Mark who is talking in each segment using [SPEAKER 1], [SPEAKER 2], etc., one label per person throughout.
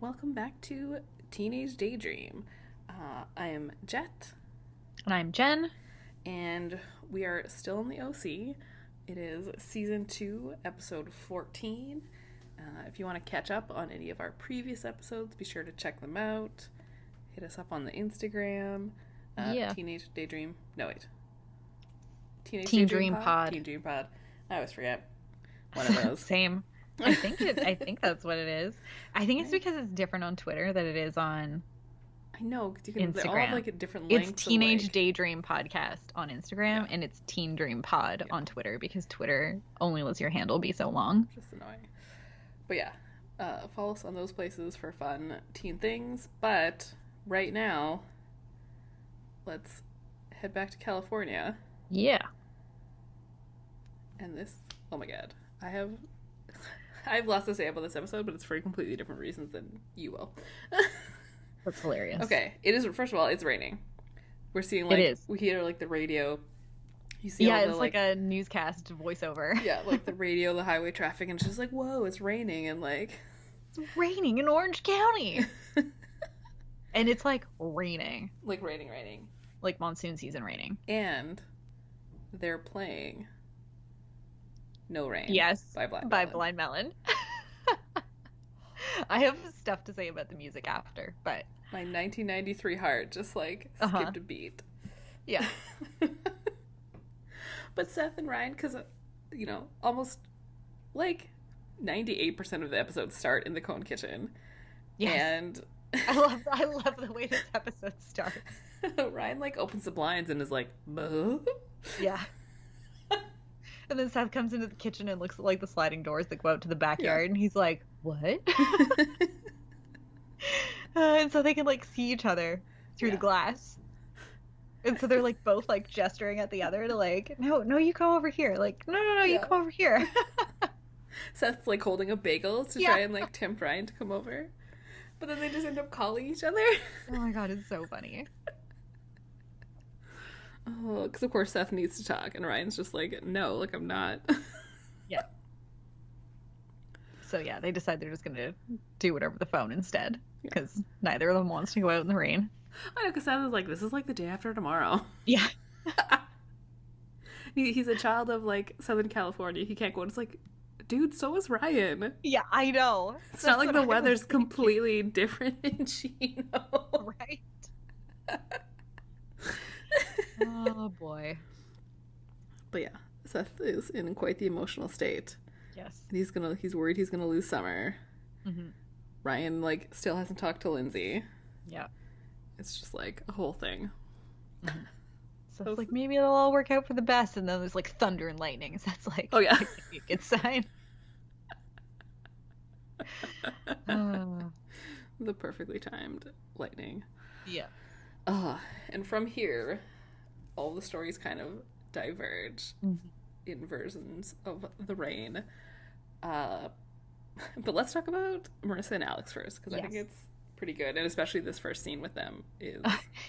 [SPEAKER 1] welcome back to Teenage Daydream. Uh, I am Jet,
[SPEAKER 2] And I'm Jen.
[SPEAKER 1] and we are still in the OC. It is season 2, episode 14. Uh, if you want to catch up on any of our previous episodes, be sure to check them out. Hit us up on the Instagram. Uh,
[SPEAKER 2] Yeah.
[SPEAKER 1] Teenage Daydream. No, wait. Teenage
[SPEAKER 2] Teen Dream Pod.
[SPEAKER 1] Teen Dream Pod. I always forget one of those.
[SPEAKER 2] Same. I think it, I think that's what it is. I think it's because it's different on Twitter than it is on.
[SPEAKER 1] I know, 'cause you can, they all have
[SPEAKER 2] Instagram.
[SPEAKER 1] like a different length.
[SPEAKER 2] It's Teenage
[SPEAKER 1] like,
[SPEAKER 2] Daydream Podcast on Instagram and it's Teen Dream Pod on Twitter because Twitter only lets your handle be so long.
[SPEAKER 1] just annoying. But yeah, uh, follow us on those places for fun teen things. But right now, let's head back to California.
[SPEAKER 2] Yeah.
[SPEAKER 1] And this, oh my god, I have. I have lots to say about this episode, but it's for completely different reasons than you will.
[SPEAKER 2] That's hilarious.
[SPEAKER 1] okay, it is first of all, it's raining. We're seeing like
[SPEAKER 2] is.
[SPEAKER 1] we hear like the radio. You see
[SPEAKER 2] Yeah,
[SPEAKER 1] all the,
[SPEAKER 2] it's like, a newscast voiceover.
[SPEAKER 1] yeah, like the radio, the highway traffic, and it's just like, whoa, it's raining, and like,
[SPEAKER 2] It's raining in Orange County. and it's like raining,
[SPEAKER 1] like raining, raining,
[SPEAKER 2] like monsoon season raining.
[SPEAKER 1] and they're playing "No Rain."
[SPEAKER 2] Yes.
[SPEAKER 1] by Blind.
[SPEAKER 2] by
[SPEAKER 1] Melon.
[SPEAKER 2] Blind Melon. I have stuff to say about the music after, but
[SPEAKER 1] My 1993 heart just like skipped
[SPEAKER 2] Uh-huh.
[SPEAKER 1] a beat.
[SPEAKER 2] yeah,
[SPEAKER 1] But Seth and Ryan, because you know, almost like 98% of the episodes start in the Cone Kitchen,
[SPEAKER 2] yes,
[SPEAKER 1] and
[SPEAKER 2] I love I love the way this episode starts.
[SPEAKER 1] Ryan like opens the blinds and is like, "Buh?"
[SPEAKER 2] Yeah. And then Seth comes into the kitchen and looks at like the sliding doors that go out to the backyard, and he's like, "What?" uh, and so they can like see each other through
[SPEAKER 1] Yeah.
[SPEAKER 2] the glass, and so they're like both like gesturing at the other to like, "No, no, you come over here." Like, "No, no, no, you
[SPEAKER 1] Yeah.
[SPEAKER 2] come over here."
[SPEAKER 1] Seth's like holding a bagel to
[SPEAKER 2] Yeah.
[SPEAKER 1] try and like tempt Ryan to come over. But then they just end up calling each other.
[SPEAKER 2] oh my god, it's so funny.
[SPEAKER 1] Oh, because of course Seth needs to talk, and Ryan's just like, no, like I'm not.
[SPEAKER 2] So yeah, they decide they're just gonna do it over the phone instead
[SPEAKER 1] Yeah.
[SPEAKER 2] because neither of them wants to go out in the rain.
[SPEAKER 1] I know, because Seth is like, this is like the day after tomorrow.
[SPEAKER 2] Yeah,
[SPEAKER 1] He, he's a child of like Southern California. He can't go. And it's like, dude, so is Ryan.
[SPEAKER 2] yeah, I know.
[SPEAKER 1] It's not like the weather's completely different in Chino.
[SPEAKER 2] right. oh boy.
[SPEAKER 1] But yeah, Seth is in quite the emotional state.
[SPEAKER 2] Yes.
[SPEAKER 1] And he's gonna, he's worried he's gonna lose summer.
[SPEAKER 2] hmm
[SPEAKER 1] Ryan like still hasn't talked to Lindsay.
[SPEAKER 2] Yeah.
[SPEAKER 1] It's just like a whole thing.
[SPEAKER 2] So it's like maybe it'll all work out for the best, and then there's like thunder and lightning. So that's like
[SPEAKER 1] Oh, yeah.
[SPEAKER 2] a good sign. Uh,
[SPEAKER 1] The perfectly timed lightning.
[SPEAKER 2] yeah.
[SPEAKER 1] Uh, and from here, all the stories kind of diverge
[SPEAKER 2] Mhm.
[SPEAKER 1] in versions of the rain. Uh, but let's talk about Marissa and Alex first, because I think
[SPEAKER 2] Yes.
[SPEAKER 1] it's pretty good. And especially this first scene with them is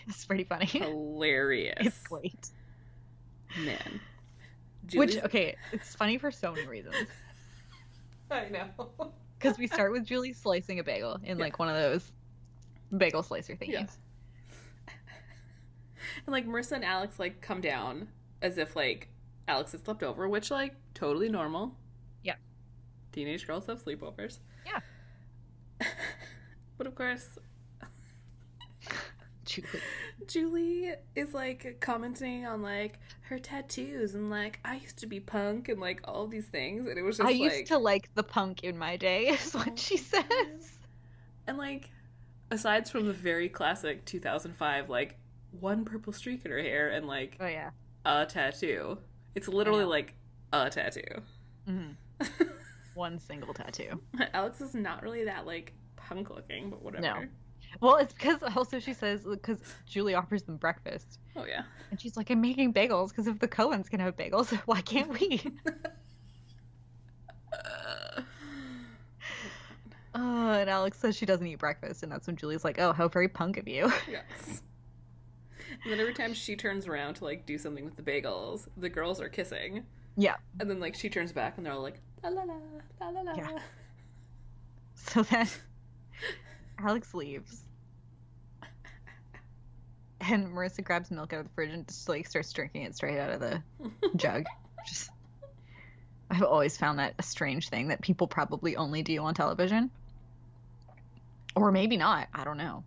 [SPEAKER 2] it's pretty funny.
[SPEAKER 1] Oh, hilarious.
[SPEAKER 2] It's great.
[SPEAKER 1] Man.
[SPEAKER 2] Which
[SPEAKER 1] Julie's-
[SPEAKER 2] okay, it's funny for so many reasons.
[SPEAKER 1] I know.
[SPEAKER 2] Because we start with Julie slicing a bagel in like one of those bagel slicer things.
[SPEAKER 1] Yeah. And like Marissa and Alex like come down as if like Alex had slept over, which like totally normal.
[SPEAKER 2] Yeah.
[SPEAKER 1] Teenage girls have sleepovers.
[SPEAKER 2] Yeah.
[SPEAKER 1] but of course,
[SPEAKER 2] Julie.
[SPEAKER 1] Julie is like commenting on like her tattoos and like I used to be punk and like all these things and it was just
[SPEAKER 2] I
[SPEAKER 1] like
[SPEAKER 2] used to like the punk in my day, is
[SPEAKER 1] Oh,
[SPEAKER 2] what she says.
[SPEAKER 1] and like aside from the very classic 2005 like one purple streak in her hair and like
[SPEAKER 2] Oh yeah.
[SPEAKER 1] a tattoo. It's literally
[SPEAKER 2] know.
[SPEAKER 1] like a tattoo.
[SPEAKER 2] Mhm. one single tattoo.
[SPEAKER 1] Alex is not really that like punk looking, but whatever.
[SPEAKER 2] Well, it's because also she says because Julie offers them breakfast,
[SPEAKER 1] Oh yeah.
[SPEAKER 2] and she's like, "I'm making bagels because if the Cohens can have bagels, why can't we?" oh, and Alex says she doesn't eat breakfast, and that's when Julie's like, "Oh, how very punk of you."
[SPEAKER 1] yes. And then every time she turns around to like do something with the bagels, the girls are kissing.
[SPEAKER 2] yeah.
[SPEAKER 1] And then like she turns back and they're all like la la la la la la.
[SPEAKER 2] Yeah. So then Alex leaves. And Marissa grabs milk out of the fridge and just like starts drinking it straight out of the jug. Just I've always found that a strange thing that people probably only do on television. Or maybe not. I don't know.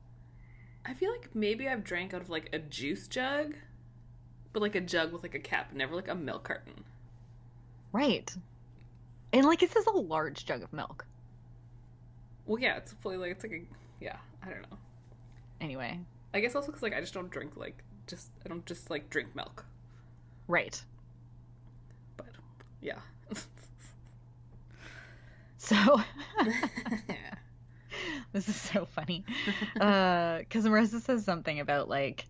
[SPEAKER 1] I feel like maybe I've drank out of like a juice jug, but like a jug with like a cap, never like a milk carton.
[SPEAKER 2] Right. And like it says a large jug of milk.
[SPEAKER 1] Well, yeah, it's fully like it's like a yeah. I don't know.
[SPEAKER 2] Anyway.
[SPEAKER 1] I guess also because like I just don't drink like just I don't just like drink milk.
[SPEAKER 2] Right.
[SPEAKER 1] But yeah.
[SPEAKER 2] So this is so funny. Because uh, Marissa says something about like,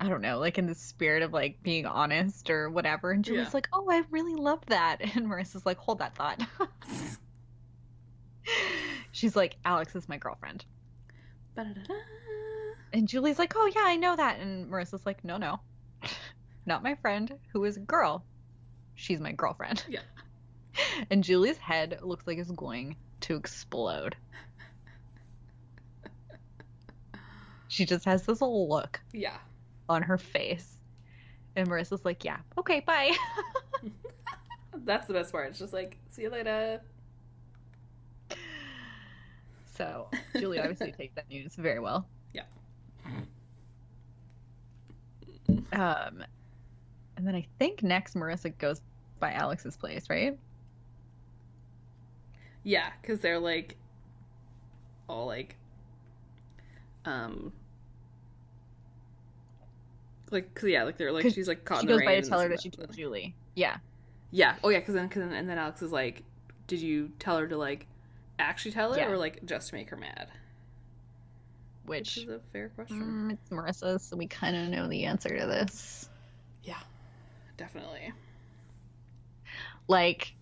[SPEAKER 2] I don't know, like in the spirit of like being honest or whatever, and Julie's
[SPEAKER 1] Yeah.
[SPEAKER 2] like, "Oh, I really love that," and Marissa's like, "Hold that thought." She's like, "Alex is my girlfriend,"
[SPEAKER 1] Ba-da-da-da.
[SPEAKER 2] and Julie's like, "Oh yeah, I know that," and Marissa's like, "No, no, not my friend. Who is a girl? She's my girlfriend."
[SPEAKER 1] Yeah.
[SPEAKER 2] And Julie's head looks like it's going to explode. She just has this little look
[SPEAKER 1] Yeah.
[SPEAKER 2] on her face. And Marissa's like, yeah, okay, bye.
[SPEAKER 1] That's the best part. It's just like, see you later.
[SPEAKER 2] So Julie obviously takes that news very well.
[SPEAKER 1] Yeah.
[SPEAKER 2] Um, and then I think next Marissa goes by Alex's place, right?
[SPEAKER 1] Yeah, because they're like all like um like cause, yeah, like they're like
[SPEAKER 2] 'Cause
[SPEAKER 1] she's like caught
[SPEAKER 2] she
[SPEAKER 1] in Oh, the rain
[SPEAKER 2] goes by to
[SPEAKER 1] and
[SPEAKER 2] tell
[SPEAKER 1] this
[SPEAKER 2] her
[SPEAKER 1] and
[SPEAKER 2] that she told Julie. Yeah.
[SPEAKER 1] Yeah. Oh yeah, cuz then cause then, and then Alex is like, "Did you tell her to like actually tell her
[SPEAKER 2] Yeah.
[SPEAKER 1] or like just make her mad?" Which
[SPEAKER 2] Which
[SPEAKER 1] is a fair question.
[SPEAKER 2] mm, it's Marissa, so we kind of know the answer to this.
[SPEAKER 1] Yeah. Definitely.
[SPEAKER 2] like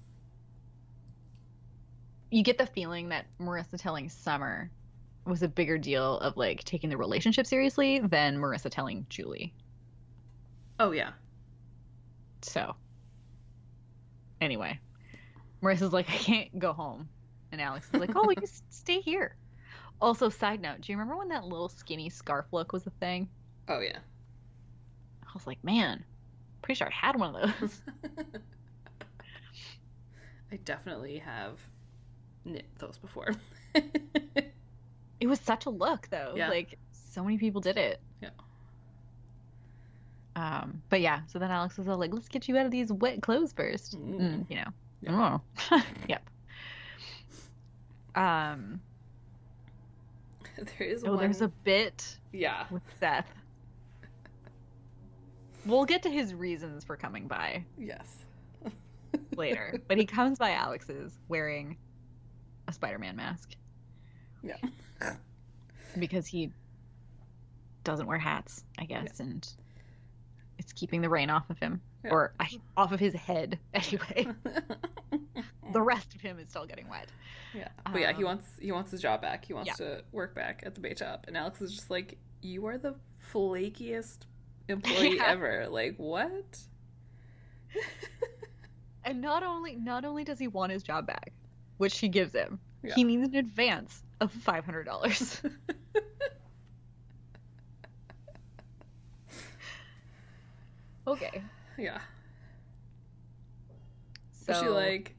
[SPEAKER 2] you get the feeling that Marissa telling Summer was a bigger deal of like taking the relationship seriously than Marissa telling Julie.
[SPEAKER 1] Oh yeah.
[SPEAKER 2] So anyway, Marissa's like I can't go home and Alex is like, "Oh, you s- stay here." Also, side note, do you remember when that little skinny scarf look was a thing?
[SPEAKER 1] Oh yeah.
[SPEAKER 2] I was like, "Man, pretty sure I had one of those."
[SPEAKER 1] I definitely have knit those before.
[SPEAKER 2] It was such a look though.
[SPEAKER 1] Yeah.
[SPEAKER 2] Like so many people did it.
[SPEAKER 1] Yeah.
[SPEAKER 2] Um, but yeah, so then Alex was all like, "Let's get you out of these wet clothes first.
[SPEAKER 1] Mm.
[SPEAKER 2] Mm, you know.
[SPEAKER 1] Yeah.
[SPEAKER 2] Oh. yep. Um
[SPEAKER 1] there is
[SPEAKER 2] oh
[SPEAKER 1] one.
[SPEAKER 2] there's a bit
[SPEAKER 1] yeah.
[SPEAKER 2] with Seth. We'll get to his reasons for coming by
[SPEAKER 1] Yes.
[SPEAKER 2] later. but he comes by Alex's wearing a Spider Man mask.
[SPEAKER 1] Yeah.
[SPEAKER 2] because he doesn't wear hats, I guess, and it's keeping the rain off of him
[SPEAKER 1] Yeah.
[SPEAKER 2] or I, off of his head anyway. the rest of him is still getting wet.
[SPEAKER 1] yeah. But yeah, he
[SPEAKER 2] Um,
[SPEAKER 1] wants he wants his job back. He wants
[SPEAKER 2] yeah.
[SPEAKER 1] to work back at the bait shop. And Alex is just like, You are the flakiest employee
[SPEAKER 2] Yeah.
[SPEAKER 1] ever. Like, what?
[SPEAKER 2] And not only not only does he want his job back, which she gives him,
[SPEAKER 1] Yeah.
[SPEAKER 2] he needs an advance of five hundred dollars. okay,
[SPEAKER 1] Yeah.
[SPEAKER 2] so
[SPEAKER 1] So she like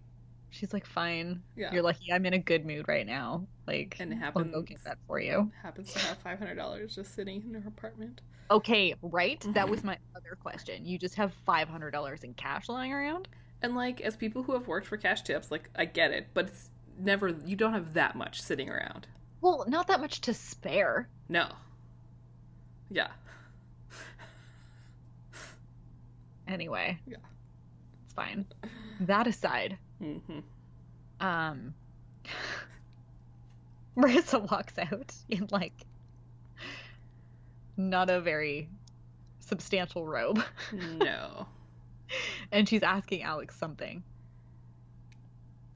[SPEAKER 2] she's like, fine.
[SPEAKER 1] yeah.
[SPEAKER 2] You're lucky I'm in a good mood right now. Like,
[SPEAKER 1] And
[SPEAKER 2] I'll go
[SPEAKER 1] happens
[SPEAKER 2] get that for you.
[SPEAKER 1] happens to have five hundred dollars just sitting in her apartment.
[SPEAKER 2] Okay, right? That
[SPEAKER 1] Mm-hmm.
[SPEAKER 2] was my other question. You just have $500 in cash lying around?
[SPEAKER 1] And like as people who have worked for cash tips, like I get it, but it's never you don't have that much sitting around.
[SPEAKER 2] Well, not that much to spare.
[SPEAKER 1] No. Yeah.
[SPEAKER 2] Anyway.
[SPEAKER 1] Yeah.
[SPEAKER 2] It's fine. That aside,
[SPEAKER 1] Mm-hmm.
[SPEAKER 2] um Marissa walks out in like not a very substantial robe
[SPEAKER 1] No.
[SPEAKER 2] and she's asking Alex something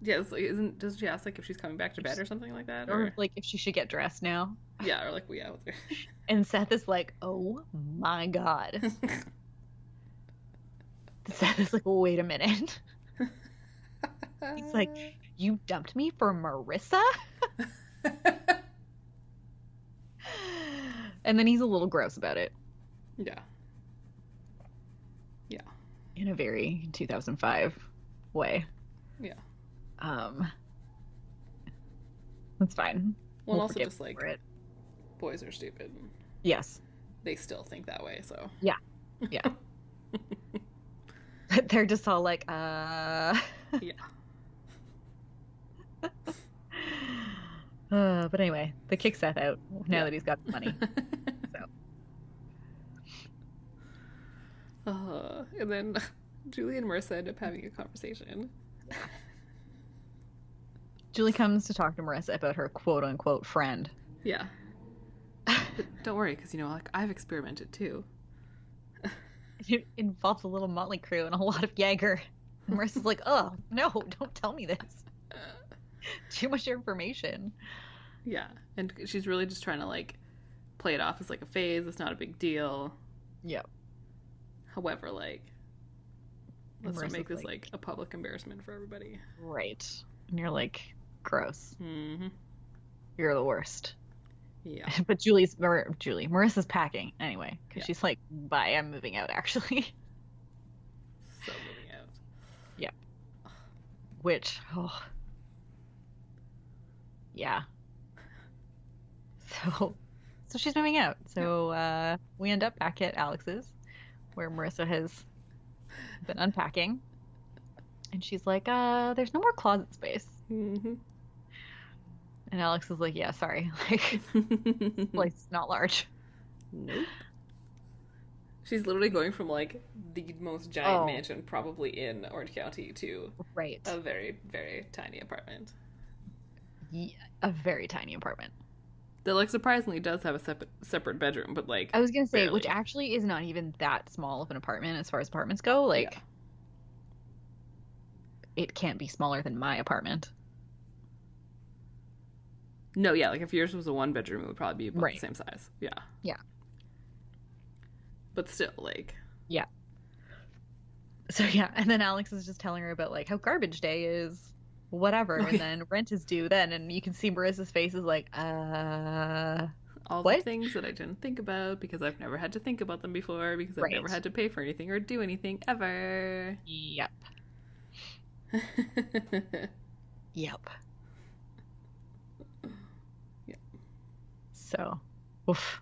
[SPEAKER 1] Yeah, it's like, isn't does she ask like if she's coming back to bed or something like that? Or
[SPEAKER 2] or like if she should get dressed now.
[SPEAKER 1] yeah, or like we yeah, what's her-
[SPEAKER 2] And Seth is like, "Oh my god." Seth is like, "Wait a minute." He's like, You dumped me for Marissa? And then he's a little gross about it
[SPEAKER 1] Yeah.
[SPEAKER 2] in a very 2005 way.
[SPEAKER 1] Yeah.
[SPEAKER 2] Um, that's fine.
[SPEAKER 1] Well,
[SPEAKER 2] We'll
[SPEAKER 1] and also
[SPEAKER 2] forgive
[SPEAKER 1] just like
[SPEAKER 2] for it.
[SPEAKER 1] boys are stupid.
[SPEAKER 2] Yes.
[SPEAKER 1] They still think that way, so
[SPEAKER 2] But they're just all like, uh.
[SPEAKER 1] Yeah.
[SPEAKER 2] uh, but anyway, they kick Seth out now
[SPEAKER 1] Yeah.
[SPEAKER 2] that he's got the money. So.
[SPEAKER 1] Uh, and then Julie and Marissa end up having a conversation.
[SPEAKER 2] Julie comes to talk to Marissa about her quote unquote friend.
[SPEAKER 1] Yeah. Don't worry, because you know, like I've experimented too.
[SPEAKER 2] It involves a little Motley Crue and a lot of Jaeger. And Marissa's like, oh, no, don't tell me this. Too much information.
[SPEAKER 1] Yeah, and she's really just trying to like play it off as like a phase. It's not a big deal.
[SPEAKER 2] Yep.
[SPEAKER 1] However, like let's not
[SPEAKER 2] Marissa's
[SPEAKER 1] make this
[SPEAKER 2] like-
[SPEAKER 1] like a public embarrassment for everybody.
[SPEAKER 2] Right. And you're like, gross.
[SPEAKER 1] Mm-hmm.
[SPEAKER 2] You're the worst.
[SPEAKER 1] Yeah.
[SPEAKER 2] But Julie's, Mar- Julie, Marissa's packing anyway. Because
[SPEAKER 1] Yeah.
[SPEAKER 2] she's like, bye, I'm moving out actually.
[SPEAKER 1] So moving out.
[SPEAKER 2] Which, oh. Yeah. So, so she's moving out. So uh, we end up back at Alex's, where Marissa has been unpacking, and she's like, "Uh, there's no more closet space." And Alex is like, "Yeah, sorry, like,
[SPEAKER 1] Mm-hmm.
[SPEAKER 2] place is not large."
[SPEAKER 1] nope. She's literally going from like the most giant
[SPEAKER 2] Oh.
[SPEAKER 1] mansion probably in Orange County to
[SPEAKER 2] Right.
[SPEAKER 1] a very very tiny apartment
[SPEAKER 2] a very tiny apartment.
[SPEAKER 1] that like surprisingly does have a sep- separate bedroom, but like
[SPEAKER 2] I was gonna say, which
[SPEAKER 1] Barely.
[SPEAKER 2] actually is not even that small of an apartment as far as apartments go. Like,
[SPEAKER 1] Yeah.
[SPEAKER 2] it can't be smaller than my apartment.
[SPEAKER 1] No, yeah, like if yours was a one bedroom, it would probably be about
[SPEAKER 2] Right.
[SPEAKER 1] the same size. Yeah.
[SPEAKER 2] Yeah.
[SPEAKER 1] But still, like,
[SPEAKER 2] So yeah, and then Alex is just telling her about like how garbage day is, whatever,
[SPEAKER 1] Oh,
[SPEAKER 2] and
[SPEAKER 1] yeah.
[SPEAKER 2] then rent is due then, and you can see Marissa's face is like, uh,
[SPEAKER 1] all the
[SPEAKER 2] What?
[SPEAKER 1] things that I didn't think about because I've never had to think about them before because I've never
[SPEAKER 2] Right.
[SPEAKER 1] had to pay for anything or do anything ever. Oh,
[SPEAKER 2] yep, yep,
[SPEAKER 1] Yeah.
[SPEAKER 2] So, oof.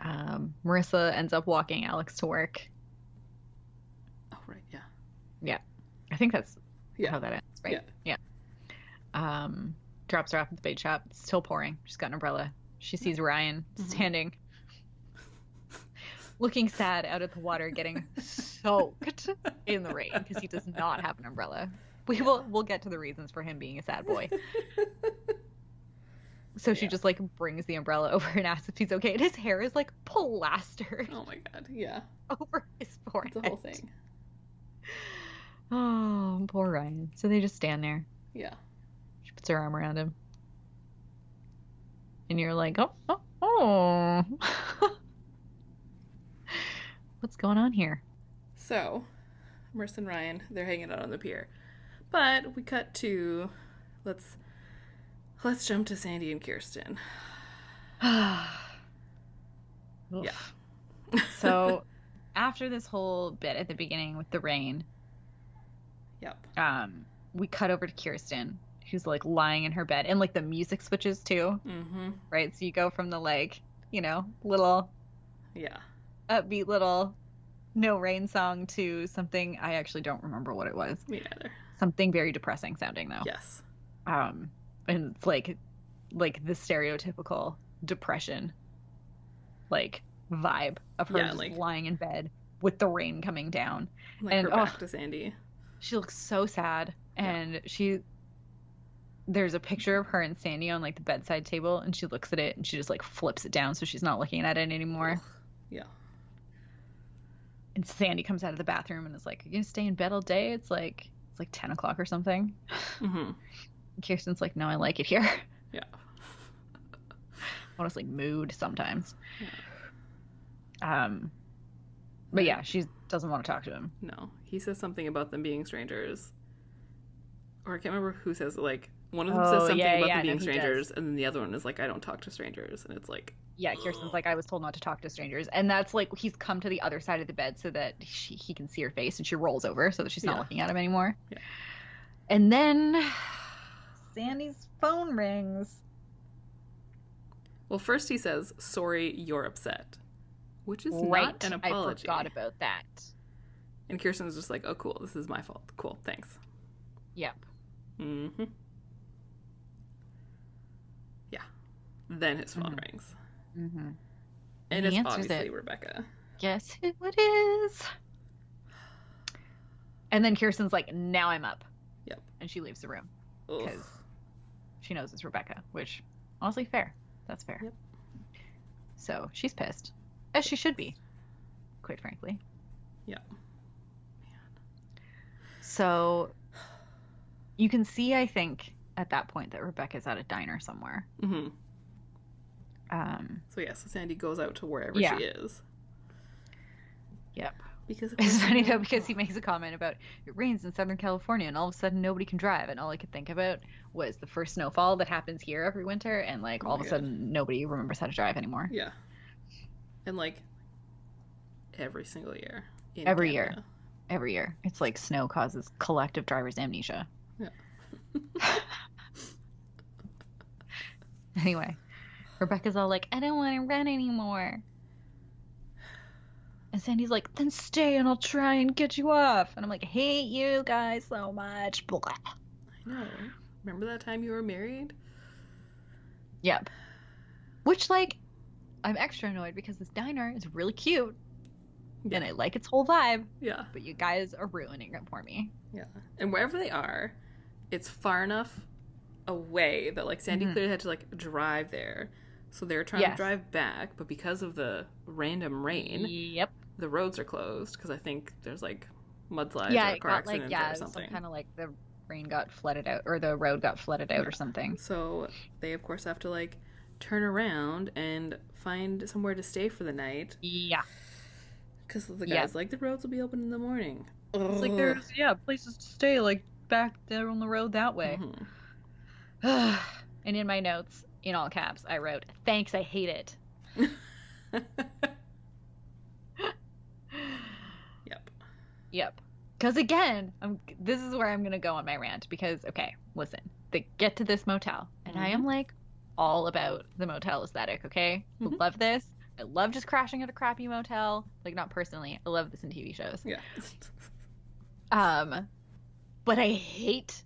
[SPEAKER 2] um, Marissa ends up walking Alex to work.
[SPEAKER 1] oh, right, yeah.
[SPEAKER 2] I think that's
[SPEAKER 1] Yeah.
[SPEAKER 2] how that ends, right? Yeah. Um, drops her off at the bait shop. It's still pouring. She's got an umbrella. She sees Ryan
[SPEAKER 1] Mhm.
[SPEAKER 2] standing, looking sad out at the water, getting soaked in the rain because he does not have an umbrella. We will we'll get to the reasons for him being a sad boy. So she
[SPEAKER 1] Yeah.
[SPEAKER 2] just like brings the umbrella over and asks if he's okay. And his hair is like plastered
[SPEAKER 1] Oh my god, yeah.
[SPEAKER 2] over his forehead.
[SPEAKER 1] It's a whole thing.
[SPEAKER 2] Oh, poor Ryan. So they just stand there.
[SPEAKER 1] Yeah.
[SPEAKER 2] She puts her arm around him. And you're like, oh, oh, oh. What's going on here?
[SPEAKER 1] So, Marissa and Ryan, they're hanging out on the pier. But we cut to let's let's jump to Sandy and Kirsten.
[SPEAKER 2] Oof. so, after this whole bit at the beginning with the rain,
[SPEAKER 1] Yep.
[SPEAKER 2] um, we cut over to Kirsten, who's like lying in her bed, and like the music switches too,
[SPEAKER 1] Mm-hmm.
[SPEAKER 2] right? So you go from the like, you know, little
[SPEAKER 1] Yeah.
[SPEAKER 2] upbeat little no rain song to something I actually don't remember what it was.
[SPEAKER 1] Me neither.
[SPEAKER 2] Something very depressing sounding though.
[SPEAKER 1] Yes.
[SPEAKER 2] um and it's like like the stereotypical depression like vibe of her
[SPEAKER 1] Yeah,
[SPEAKER 2] just
[SPEAKER 1] like-
[SPEAKER 2] lying in bed with the rain coming down
[SPEAKER 1] Like
[SPEAKER 2] And-
[SPEAKER 1] her back
[SPEAKER 2] oh.
[SPEAKER 1] to Sandy.
[SPEAKER 2] she looks so sad
[SPEAKER 1] Yeah.
[SPEAKER 2] and she there's a picture of her and sandy on like the bedside table and she looks at it and she just like flips it down so she's not looking at it anymore
[SPEAKER 1] Yeah.
[SPEAKER 2] and sandy comes out of the bathroom and is like are you gonna stay in bed all day it's like it's like 10 o'clock or something
[SPEAKER 1] Mm-hmm.
[SPEAKER 2] and kirsten's like no i like it here
[SPEAKER 1] Yeah.
[SPEAKER 2] honestly mood sometimes.
[SPEAKER 1] Yeah.
[SPEAKER 2] Um, but yeah, she doesn't want to talk to him.
[SPEAKER 1] No. He says something about them being strangers. Or I can't remember who says like, One of them
[SPEAKER 2] Oh,
[SPEAKER 1] says something
[SPEAKER 2] yeah,
[SPEAKER 1] about
[SPEAKER 2] yeah,
[SPEAKER 1] them
[SPEAKER 2] no,
[SPEAKER 1] being
[SPEAKER 2] he does.
[SPEAKER 1] strangers, and then the other one is like, I don't talk to strangers. And it's like,
[SPEAKER 2] Yeah, Kirsten's like, I was told not to talk to strangers. And that's like, he's come to the other side of the bed so that she, he can see her face and she rolls over so that she's not
[SPEAKER 1] Yeah.
[SPEAKER 2] looking at him anymore.
[SPEAKER 1] Yeah.
[SPEAKER 2] And then Sandy's phone rings.
[SPEAKER 1] well, first he says, Sorry, you're upset, which is not an
[SPEAKER 2] I
[SPEAKER 1] apology.
[SPEAKER 2] forgot about that.
[SPEAKER 1] And Kirsten's just like, Oh, cool. This is my fault. Cool. Thanks.
[SPEAKER 2] Yep.
[SPEAKER 1] hmm Yeah. Then his phone rings.
[SPEAKER 2] Mm-hmm.
[SPEAKER 1] And
[SPEAKER 2] He
[SPEAKER 1] it's
[SPEAKER 2] answers
[SPEAKER 1] obviously
[SPEAKER 2] it.
[SPEAKER 1] Rebecca.
[SPEAKER 2] Guess who it is? And then Kirsten's like, now I'm up.
[SPEAKER 1] Yep.
[SPEAKER 2] And she leaves the room
[SPEAKER 1] Ugh.
[SPEAKER 2] because she knows it's Rebecca, which honestly, fair. That's fair.
[SPEAKER 1] Yep.
[SPEAKER 2] So she's pissed, as she should be, quite frankly.
[SPEAKER 1] Yeah.
[SPEAKER 2] So you can see, I think, at that point that Rebecca's at a diner somewhere.
[SPEAKER 1] hmm
[SPEAKER 2] Um,
[SPEAKER 1] So, yeah, so Sandy goes out to wherever
[SPEAKER 2] Yeah.
[SPEAKER 1] she is.
[SPEAKER 2] Yep.
[SPEAKER 1] Because of
[SPEAKER 2] It's
[SPEAKER 1] course-
[SPEAKER 2] funny though because he makes a comment about it rains in Southern California and all of a sudden nobody can drive and all I could think about was the first snowfall that happens here every winter and like
[SPEAKER 1] Oh
[SPEAKER 2] all
[SPEAKER 1] my
[SPEAKER 2] of a
[SPEAKER 1] God.
[SPEAKER 2] sudden nobody remembers how to drive anymore.
[SPEAKER 1] Yeah. And like every single year. in
[SPEAKER 2] Every year. Every year. It's like snow causes collective driver's amnesia.
[SPEAKER 1] Yeah.
[SPEAKER 2] anyway, Rebecca's all like, I don't want to run anymore. And Sandy's like, then stay and I'll try and get you off. And I'm like, hate you guys so much. Blah.
[SPEAKER 1] I know. Remember that time you were married?
[SPEAKER 2] Yep. Which, like, I'm extra annoyed because this diner is really cute and
[SPEAKER 1] Yeah.
[SPEAKER 2] I like its whole vibe,
[SPEAKER 1] Yeah.
[SPEAKER 2] but you guys are ruining it for me.
[SPEAKER 1] Yeah. And wherever they are, it's far enough away that like Sandy
[SPEAKER 2] Mhm.
[SPEAKER 1] clearly had to like drive there. So they're trying to
[SPEAKER 2] Yes.
[SPEAKER 1] drive back, but because of the random rain,
[SPEAKER 2] Yep.
[SPEAKER 1] the roads are closed because I think there's like mudslides
[SPEAKER 2] yeah,
[SPEAKER 1] or a
[SPEAKER 2] it
[SPEAKER 1] car
[SPEAKER 2] got
[SPEAKER 1] accident
[SPEAKER 2] like, yeah,
[SPEAKER 1] or
[SPEAKER 2] it was
[SPEAKER 1] something.
[SPEAKER 2] some kind of like the rain got flooded out or the road got flooded out
[SPEAKER 1] Yeah.
[SPEAKER 2] or something.
[SPEAKER 1] So they of course have to like turn around and find somewhere to stay for the night
[SPEAKER 2] Yeah.
[SPEAKER 1] Because the
[SPEAKER 2] Yeah.
[SPEAKER 1] guy's like, the roads will be open in the morning. Ugh.
[SPEAKER 2] yeah, places to stay like back there on the road that
[SPEAKER 1] Mhm.
[SPEAKER 2] and
[SPEAKER 1] Mm-hmm.
[SPEAKER 2] in my notes, in all caps, I wrote, thanks, I hate it.
[SPEAKER 1] Yep.
[SPEAKER 2] Yep. Because again, I'm, this is where I'm going to go on my rant because, okay, listen, they get to this motel, and I
[SPEAKER 1] Mm-hmm.
[SPEAKER 2] am like all about the motel aesthetic, okay?
[SPEAKER 1] Mhm.
[SPEAKER 2] Love this. I love just crashing at a crappy motel. Like, not personally, I love this in TV shows.
[SPEAKER 1] Yeah.
[SPEAKER 2] Um, but I hate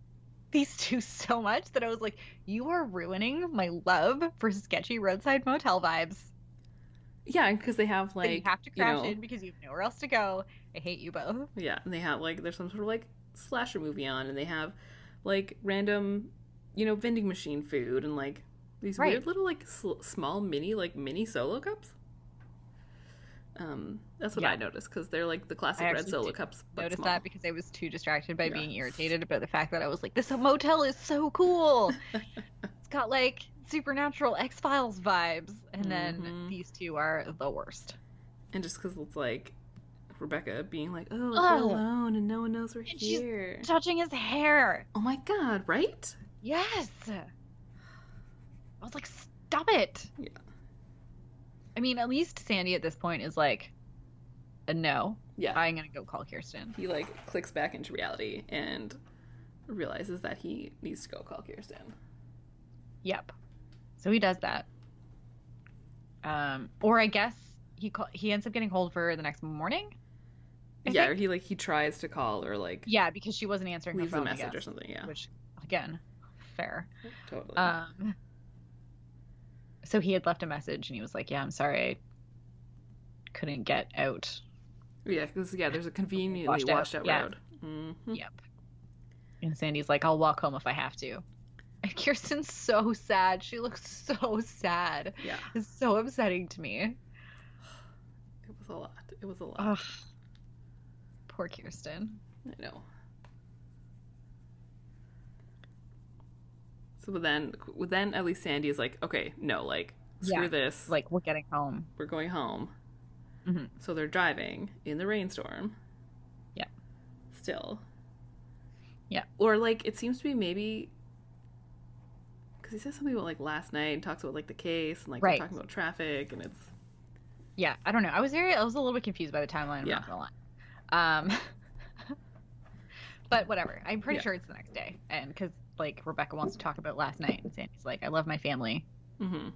[SPEAKER 2] these two so much that I was like, you are ruining my love for sketchy roadside motel vibes.
[SPEAKER 1] yeah, because they have
[SPEAKER 2] Like,
[SPEAKER 1] like.
[SPEAKER 2] you have to
[SPEAKER 1] you
[SPEAKER 2] crash
[SPEAKER 1] know-
[SPEAKER 2] in because you have nowhere else to go. I hate you both.
[SPEAKER 1] Yeah, and they have like, there's some sort of like slasher movie on, and they have like random, you know, vending machine food and like these
[SPEAKER 2] Right.
[SPEAKER 1] weird little like sl- small mini, like mini solo cups. Um, that's what
[SPEAKER 2] Yeah.
[SPEAKER 1] I noticed because they're like the classic
[SPEAKER 2] I
[SPEAKER 1] red
[SPEAKER 2] actually
[SPEAKER 1] solo
[SPEAKER 2] did
[SPEAKER 1] cups, but
[SPEAKER 2] Notice
[SPEAKER 1] small.
[SPEAKER 2] that because I was too distracted by
[SPEAKER 1] Yeah.
[SPEAKER 2] being irritated about the fact that I was like, this motel is so cool. it's got like supernatural X Files vibes. And then
[SPEAKER 1] Mhm.
[SPEAKER 2] these two are the worst.
[SPEAKER 1] And just because it's like Rebecca being like, oh, like,
[SPEAKER 2] Ugh.
[SPEAKER 1] we're alone and no one knows we're
[SPEAKER 2] And she's
[SPEAKER 1] here.
[SPEAKER 2] Touching his hair.
[SPEAKER 1] Oh my god, right?
[SPEAKER 2] Yes. I was like, stop it.
[SPEAKER 1] Yeah.
[SPEAKER 2] I mean, at least Sandy at this point is like, "Uh, no,
[SPEAKER 1] Yeah.
[SPEAKER 2] I'm going to go call Kirsten.
[SPEAKER 1] He like clicks back into reality and realizes that he needs to go call Kirsten.
[SPEAKER 2] Yep. So he does that. Um, or I guess he call- he ends up getting hold of her the next morning. I
[SPEAKER 1] yeah, or
[SPEAKER 2] think-
[SPEAKER 1] he like he tries to call or like
[SPEAKER 2] Yeah, because she wasn't answering
[SPEAKER 1] leaves
[SPEAKER 2] her
[SPEAKER 1] a
[SPEAKER 2] phone. I
[SPEAKER 1] message or
[SPEAKER 2] guess,
[SPEAKER 1] something. Yeah,
[SPEAKER 2] Which again, fair.
[SPEAKER 1] totally.
[SPEAKER 2] Um. So he had left a message and he was like, "Yeah, I'm sorry, I couldn't get out."
[SPEAKER 1] yeah, because yeah, there's a conveniently
[SPEAKER 2] Washed
[SPEAKER 1] washed
[SPEAKER 2] out,
[SPEAKER 1] out,
[SPEAKER 2] yeah.
[SPEAKER 1] road. Mm-hmm.
[SPEAKER 2] Yep. And Sandy's like, "I'll walk home if I have to." And Kirsten's so sad. She looks so sad.
[SPEAKER 1] Yeah,
[SPEAKER 2] It's so upsetting to me.
[SPEAKER 1] it was a lot. It was a lot.
[SPEAKER 2] Ugh. Poor Kirsten.
[SPEAKER 1] I know. So but then, then at least Sandy is like, okay, no, like screw
[SPEAKER 2] Yeah,
[SPEAKER 1] this,
[SPEAKER 2] Like, we're getting home.
[SPEAKER 1] we're going home.
[SPEAKER 2] Mhm.
[SPEAKER 1] So they're driving in the rainstorm.
[SPEAKER 2] Yep.
[SPEAKER 1] Still.
[SPEAKER 2] Yep.
[SPEAKER 1] Or like it seems to be maybe because he says something about like last night and talks about like the case and like
[SPEAKER 2] Right.
[SPEAKER 1] they're talking about traffic and it's
[SPEAKER 2] Yeah, I don't know. I was very, I was a little bit confused by the timeline. I'm
[SPEAKER 1] Yeah.
[SPEAKER 2] not gonna lie. Um, but whatever. I'm pretty
[SPEAKER 1] Yeah.
[SPEAKER 2] sure it's the next day, and because like Rebecca wants to talk about last night, and Sandy's like, "I love my family.
[SPEAKER 1] mm-hmm.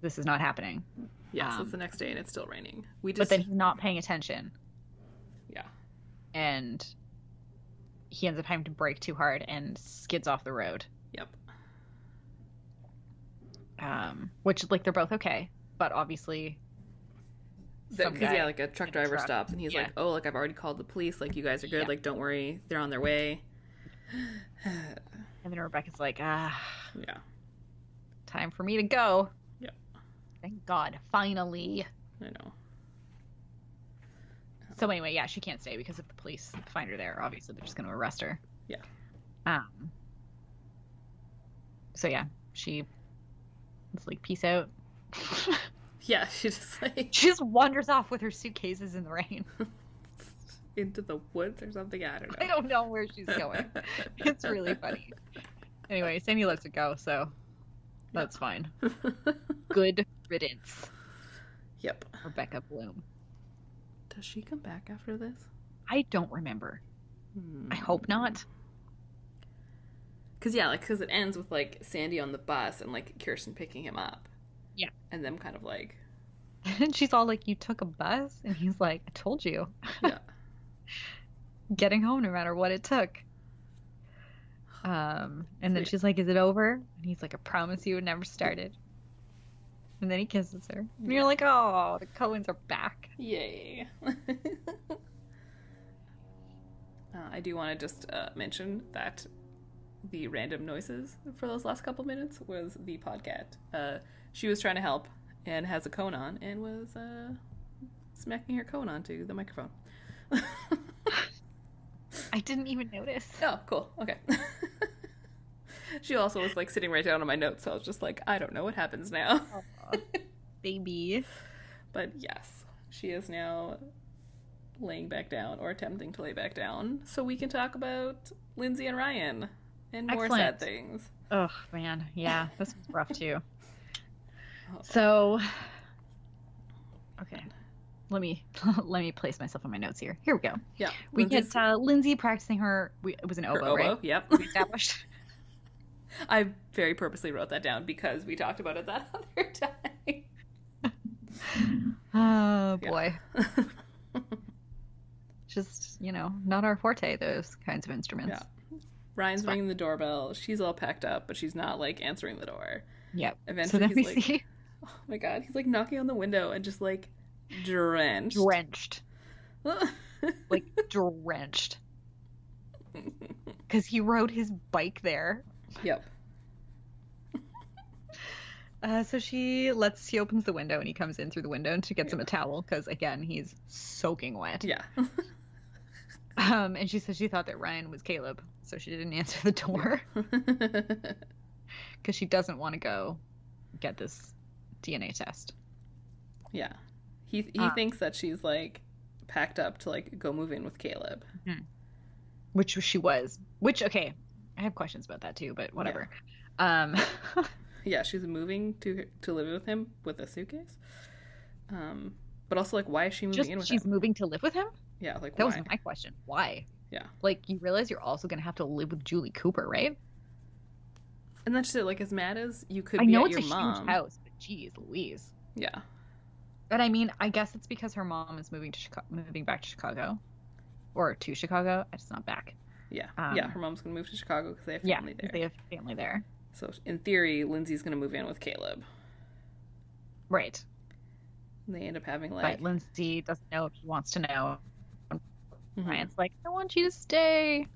[SPEAKER 2] This is not happening."
[SPEAKER 1] yeah. so
[SPEAKER 2] Um,
[SPEAKER 1] it's the next day and it's still raining. We
[SPEAKER 2] But
[SPEAKER 1] just
[SPEAKER 2] then he's not paying attention,
[SPEAKER 1] yeah
[SPEAKER 2] and he ends up having to brake too hard and skids off the road.
[SPEAKER 1] yep
[SPEAKER 2] Um, which like they're both okay, but obviously, some
[SPEAKER 1] because yeah
[SPEAKER 2] guy-
[SPEAKER 1] like a truck
[SPEAKER 2] in a
[SPEAKER 1] driver
[SPEAKER 2] truck.
[SPEAKER 1] stops and he's
[SPEAKER 2] Yeah.
[SPEAKER 1] like oh like I've already called the police like you guys are good
[SPEAKER 2] Yeah.
[SPEAKER 1] like don't worry they're on their way
[SPEAKER 2] and then Rebecca's like, "Ah,
[SPEAKER 1] yeah
[SPEAKER 2] time for me to go."
[SPEAKER 1] Yep.
[SPEAKER 2] Thank God, finally.
[SPEAKER 1] I know
[SPEAKER 2] So anyway, yeah, she can't stay because if the police find her there, obviously they're just going to arrest her.
[SPEAKER 1] Yeah.
[SPEAKER 2] Um. So yeah, she. It's like peace out.
[SPEAKER 1] yeah she just like
[SPEAKER 2] she just wanders off with her suitcases in the rain.
[SPEAKER 1] into the woods or something I don't know
[SPEAKER 2] I don't know where she's going. it's really funny. Anyway, Sandy lets it go, so that's fine. Good riddance,
[SPEAKER 1] yep
[SPEAKER 2] Rebecca Bloom.
[SPEAKER 1] does she come back after this Hmm.
[SPEAKER 2] I don't remember. I hope not.
[SPEAKER 1] Cause yeah, like cause it ends with like Sandy on the bus and like Kirsten picking him up.
[SPEAKER 2] Yeah.
[SPEAKER 1] And them kind of like
[SPEAKER 2] And she's all like, "You took a bus," and he's like, "I told you."
[SPEAKER 1] Yeah.
[SPEAKER 2] Getting home no matter what it took. Um, and then
[SPEAKER 1] Yeah.
[SPEAKER 2] she's like, "Is it over?" And he's like, "I promise you, it never started." And then he kisses her. And
[SPEAKER 1] Yeah.
[SPEAKER 2] you're like, "Oh, the Cohens are back."
[SPEAKER 1] Yay. uh, I do want to just uh, mention that the random noises for those last couple minutes was the podcat. Uh, she was trying to help and has a cone on and was uh, smacking her cone onto the microphone.
[SPEAKER 2] I didn't even notice.
[SPEAKER 1] Oh, cool. Okay. she also was like sitting right down on my notes, so I was just like, I don't know what happens now.
[SPEAKER 2] Aw, baby.
[SPEAKER 1] But yes, she is now laying back down or attempting to lay back down, so we can talk about Lindsay and Ryan and more sad
[SPEAKER 2] Excellent.
[SPEAKER 1] things.
[SPEAKER 2] Oh man, yeah, this was rough too. So, okay, let me let me place myself on my notes here. Here we go.
[SPEAKER 1] Yeah,
[SPEAKER 2] We
[SPEAKER 1] Lindsay's-
[SPEAKER 2] get uh, Lindsay practicing her. We, it was an
[SPEAKER 1] her
[SPEAKER 2] oboe, right?
[SPEAKER 1] Yep,
[SPEAKER 2] We established.
[SPEAKER 1] I very purposely wrote that down because we talked about it that other time.
[SPEAKER 2] Oh
[SPEAKER 1] Yeah.
[SPEAKER 2] boy, just you know, not our forte. Those kinds of instruments.
[SPEAKER 1] Ryan's
[SPEAKER 2] It's fine.
[SPEAKER 1] ringing the doorbell. She's all packed up, but she's not like answering the door.
[SPEAKER 2] Yep. so
[SPEAKER 1] Eventually,
[SPEAKER 2] then we
[SPEAKER 1] he's like,
[SPEAKER 2] see
[SPEAKER 1] "Oh my god!" He's like knocking on the window and just like drenched.
[SPEAKER 2] drenched, like drenched, because he rode his bike there.
[SPEAKER 1] yep.
[SPEAKER 2] Uh, so she lets she opens the window and he comes in through the window and she gets him a towel because again he's soaking wet.
[SPEAKER 1] Yeah.
[SPEAKER 2] Um, and she says she thought that Ryan was Caleb, so she didn't answer the door because she doesn't want to go get this DNA test.
[SPEAKER 1] yeah. He he
[SPEAKER 2] Uh.
[SPEAKER 1] thinks that she's like packed up to like go move in with Caleb.
[SPEAKER 2] which she was which okay i have questions about that too but whatever um
[SPEAKER 1] Yeah, she's moving to to live with him with a suitcase. Um, but also like, why is she moving
[SPEAKER 2] just
[SPEAKER 1] in with
[SPEAKER 2] she's
[SPEAKER 1] him?
[SPEAKER 2] moving to live with him
[SPEAKER 1] Yeah, like
[SPEAKER 2] that
[SPEAKER 1] why?
[SPEAKER 2] was my question why
[SPEAKER 1] Yeah.
[SPEAKER 2] like you realize you're also gonna have to live with julie cooper right
[SPEAKER 1] And that's it. Like as mad as you could
[SPEAKER 2] i
[SPEAKER 1] be
[SPEAKER 2] know
[SPEAKER 1] at
[SPEAKER 2] it's a
[SPEAKER 1] your mom.
[SPEAKER 2] huge house but geez louise
[SPEAKER 1] Yeah,
[SPEAKER 2] but i mean i guess it's because her mom is moving to chicago moving back to chicago or to chicago it's not back
[SPEAKER 1] yeah,
[SPEAKER 2] Um,
[SPEAKER 1] yeah. Her mom's gonna move to Chicago because they have
[SPEAKER 2] yeah
[SPEAKER 1] family there.
[SPEAKER 2] they have family there
[SPEAKER 1] So in theory, Lindsay's gonna move in with Caleb.
[SPEAKER 2] right
[SPEAKER 1] And they end up having like
[SPEAKER 2] but lindsay doesn't know if she wants to know
[SPEAKER 1] Mhm.
[SPEAKER 2] ryan's like i want you to stay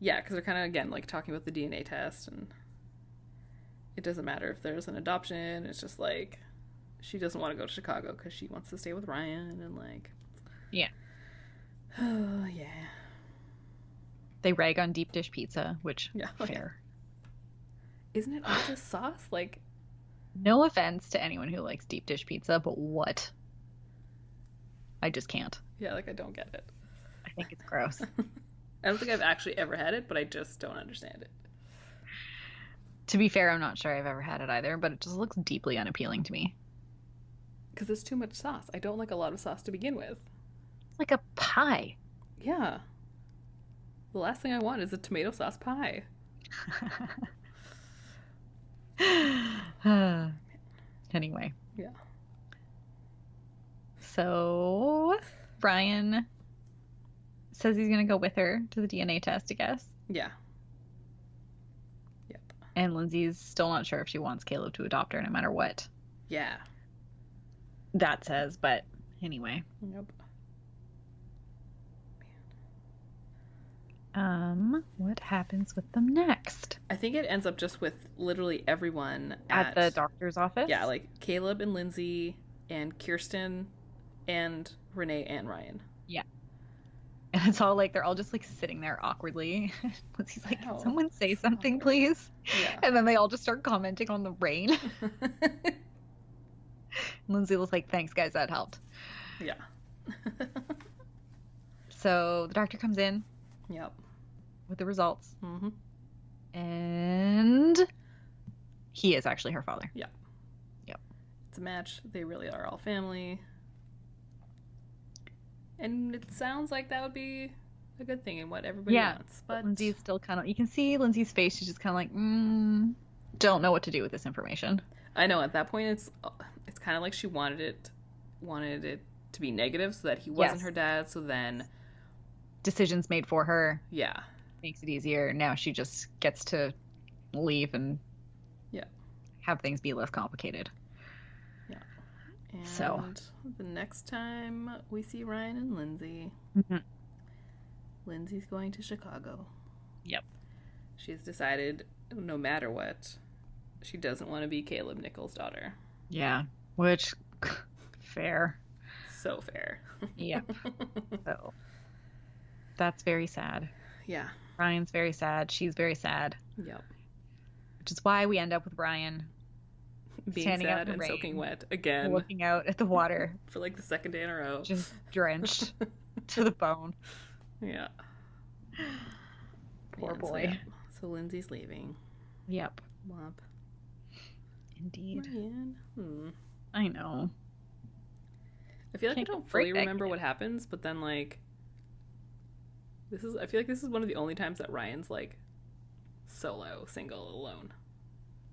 [SPEAKER 1] Yeah, because they're kind of again like talking about the DNA test, and it doesn't matter if there's an adoption. It's just like she doesn't want to go to Chicago because she wants to stay with Ryan, and like
[SPEAKER 2] Yeah.
[SPEAKER 1] oh yeah,
[SPEAKER 2] they rag on deep dish pizza which
[SPEAKER 1] yeah.
[SPEAKER 2] fair
[SPEAKER 1] Isn't it all just sauce? Like
[SPEAKER 2] No offense to anyone who likes deep dish pizza, but what? I just can't.
[SPEAKER 1] yeah, like I don't get it.
[SPEAKER 2] I think it's gross.
[SPEAKER 1] I don't think I've actually ever had it, but I just don't understand it.
[SPEAKER 2] To be fair, I'm not sure I've ever had it either, but it just looks deeply unappealing to me.
[SPEAKER 1] because it's too much sauce. I don't like a lot of sauce to begin with.
[SPEAKER 2] It's like a pie.
[SPEAKER 1] Yeah. The last thing I want is a tomato sauce pie.
[SPEAKER 2] anyway.
[SPEAKER 1] Yeah.
[SPEAKER 2] So Brian says he's gonna go with her to the DNA test, I guess.
[SPEAKER 1] Yeah.
[SPEAKER 2] And Lindsay's still not sure if she wants Caleb to adopt her no matter what
[SPEAKER 1] Yeah.
[SPEAKER 2] that says, but anyway.
[SPEAKER 1] Yep.
[SPEAKER 2] Um, what happens with them next?
[SPEAKER 1] I think it ends up just with literally everyone
[SPEAKER 2] At, the doctor's office?
[SPEAKER 1] Yeah, like Caleb and Lindsay and Kirsten and Renee and Ryan.
[SPEAKER 2] And it's all like they're all just like sitting there awkwardly. Lindsay's like,
[SPEAKER 1] Wow.
[SPEAKER 2] Can someone say
[SPEAKER 1] That's
[SPEAKER 2] something,
[SPEAKER 1] awkward.
[SPEAKER 2] please?
[SPEAKER 1] Yeah.
[SPEAKER 2] And then they all just start commenting on the rain. Lindsay was like, Thanks guys, that helped.
[SPEAKER 1] yeah.
[SPEAKER 2] So the doctor comes in
[SPEAKER 1] yep.
[SPEAKER 2] with the results,
[SPEAKER 1] hmm
[SPEAKER 2] and he is actually her father.
[SPEAKER 1] It's a match. They really are all family. And it sounds like that would be a good thing and what everybody
[SPEAKER 2] Yeah,
[SPEAKER 1] wants.
[SPEAKER 2] But
[SPEAKER 1] But
[SPEAKER 2] Lindsay's still kind of, you can see Lindsay's face. She's just kind of like, mm, don't know what to do with this information.
[SPEAKER 1] I know at that point it's it's kind of like she wanted it wanted it to be negative so that he wasn't
[SPEAKER 2] Yes.
[SPEAKER 1] her dad. So then
[SPEAKER 2] Decisions made for her
[SPEAKER 1] yeah,
[SPEAKER 2] makes it easier. Now she just gets to leave and
[SPEAKER 1] Yeah.
[SPEAKER 2] have things be less complicated.
[SPEAKER 1] And
[SPEAKER 2] So.
[SPEAKER 1] the next time we see Ryan and Lindsay,
[SPEAKER 2] Mhm.
[SPEAKER 1] Lindsay's going to Chicago.
[SPEAKER 2] Yep.
[SPEAKER 1] She's decided no matter what, she doesn't want to be Caleb Nichols' daughter.
[SPEAKER 2] Yeah, which fair.
[SPEAKER 1] So fair.
[SPEAKER 2] Yep. so that's very sad.
[SPEAKER 1] yeah.
[SPEAKER 2] Ryan's very sad. She's very sad,
[SPEAKER 1] Yep.
[SPEAKER 2] which is why we end up with Brian
[SPEAKER 1] Being
[SPEAKER 2] Standing out
[SPEAKER 1] sad
[SPEAKER 2] in
[SPEAKER 1] and
[SPEAKER 2] the
[SPEAKER 1] soaking
[SPEAKER 2] rain.
[SPEAKER 1] wet again
[SPEAKER 2] looking out at the water,
[SPEAKER 1] for like the second day in a row.
[SPEAKER 2] just drenched to the bone.
[SPEAKER 1] yeah.
[SPEAKER 2] Poor
[SPEAKER 1] And so,
[SPEAKER 2] boy.
[SPEAKER 1] yeah. So Lindsay's leaving.
[SPEAKER 2] Yep,
[SPEAKER 1] Womp.
[SPEAKER 2] indeed.
[SPEAKER 1] Ryan. Hmm.
[SPEAKER 2] I know.
[SPEAKER 1] I feel like I
[SPEAKER 2] Can't
[SPEAKER 1] don't
[SPEAKER 2] get a break
[SPEAKER 1] fully
[SPEAKER 2] back
[SPEAKER 1] remember what happens, but then like this is I feel like this is one of the only times that Ryan's like solo, single, alone.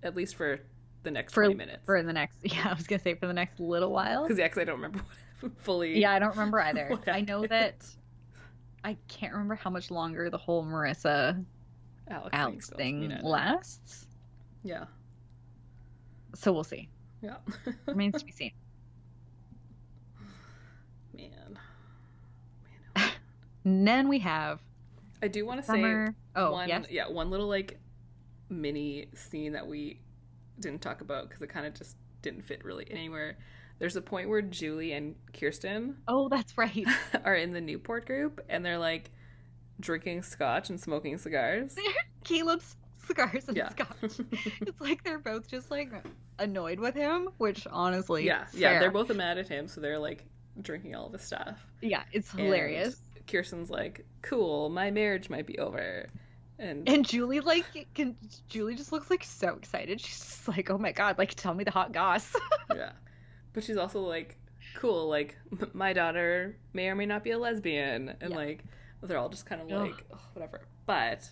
[SPEAKER 1] At least for the next
[SPEAKER 2] For-
[SPEAKER 1] 20 minutes.
[SPEAKER 2] For the next, yeah, I was gonna say for the next little while.
[SPEAKER 1] Cuz yeah, 'cause I don't remember what happened fully.
[SPEAKER 2] Yeah, I don't remember either.
[SPEAKER 1] What
[SPEAKER 2] I know that
[SPEAKER 1] happened?
[SPEAKER 2] I can't remember how much longer the whole Marissa
[SPEAKER 1] Alex,
[SPEAKER 2] Alex
[SPEAKER 1] goes,
[SPEAKER 2] thing
[SPEAKER 1] you know.
[SPEAKER 2] lasts.
[SPEAKER 1] Yeah.
[SPEAKER 2] So we'll see.
[SPEAKER 1] Yeah.
[SPEAKER 2] Remains to be seen.
[SPEAKER 1] Man.
[SPEAKER 2] And then we have
[SPEAKER 1] I do want to say
[SPEAKER 2] summer. Oh
[SPEAKER 1] one
[SPEAKER 2] yes,
[SPEAKER 1] yeah one little like mini scene that we didn't talk about because it kind of just didn't fit really anywhere there's a point where julie and kirsten
[SPEAKER 2] Oh, that's right.
[SPEAKER 1] are in the newport group and they're like drinking scotch and smoking cigars
[SPEAKER 2] Caleb's cigars and
[SPEAKER 1] Yeah.
[SPEAKER 2] scotch. It's like they're both just like annoyed with him, which honestly,
[SPEAKER 1] yeah yeah
[SPEAKER 2] fair.
[SPEAKER 1] they're both mad at him so they're like drinking all this stuff
[SPEAKER 2] yeah, it's hilarious.
[SPEAKER 1] kirsten's like cool my marriage might be over and
[SPEAKER 2] And Julie like can Julie just looks like so excited. She's just like, oh my god, like tell me the hot goss.
[SPEAKER 1] yeah but she's also like cool like m- my daughter may or may not be a lesbian and
[SPEAKER 2] Yeah.
[SPEAKER 1] like they're all just kind of
[SPEAKER 2] Ugh.
[SPEAKER 1] like "Ugh, whatever but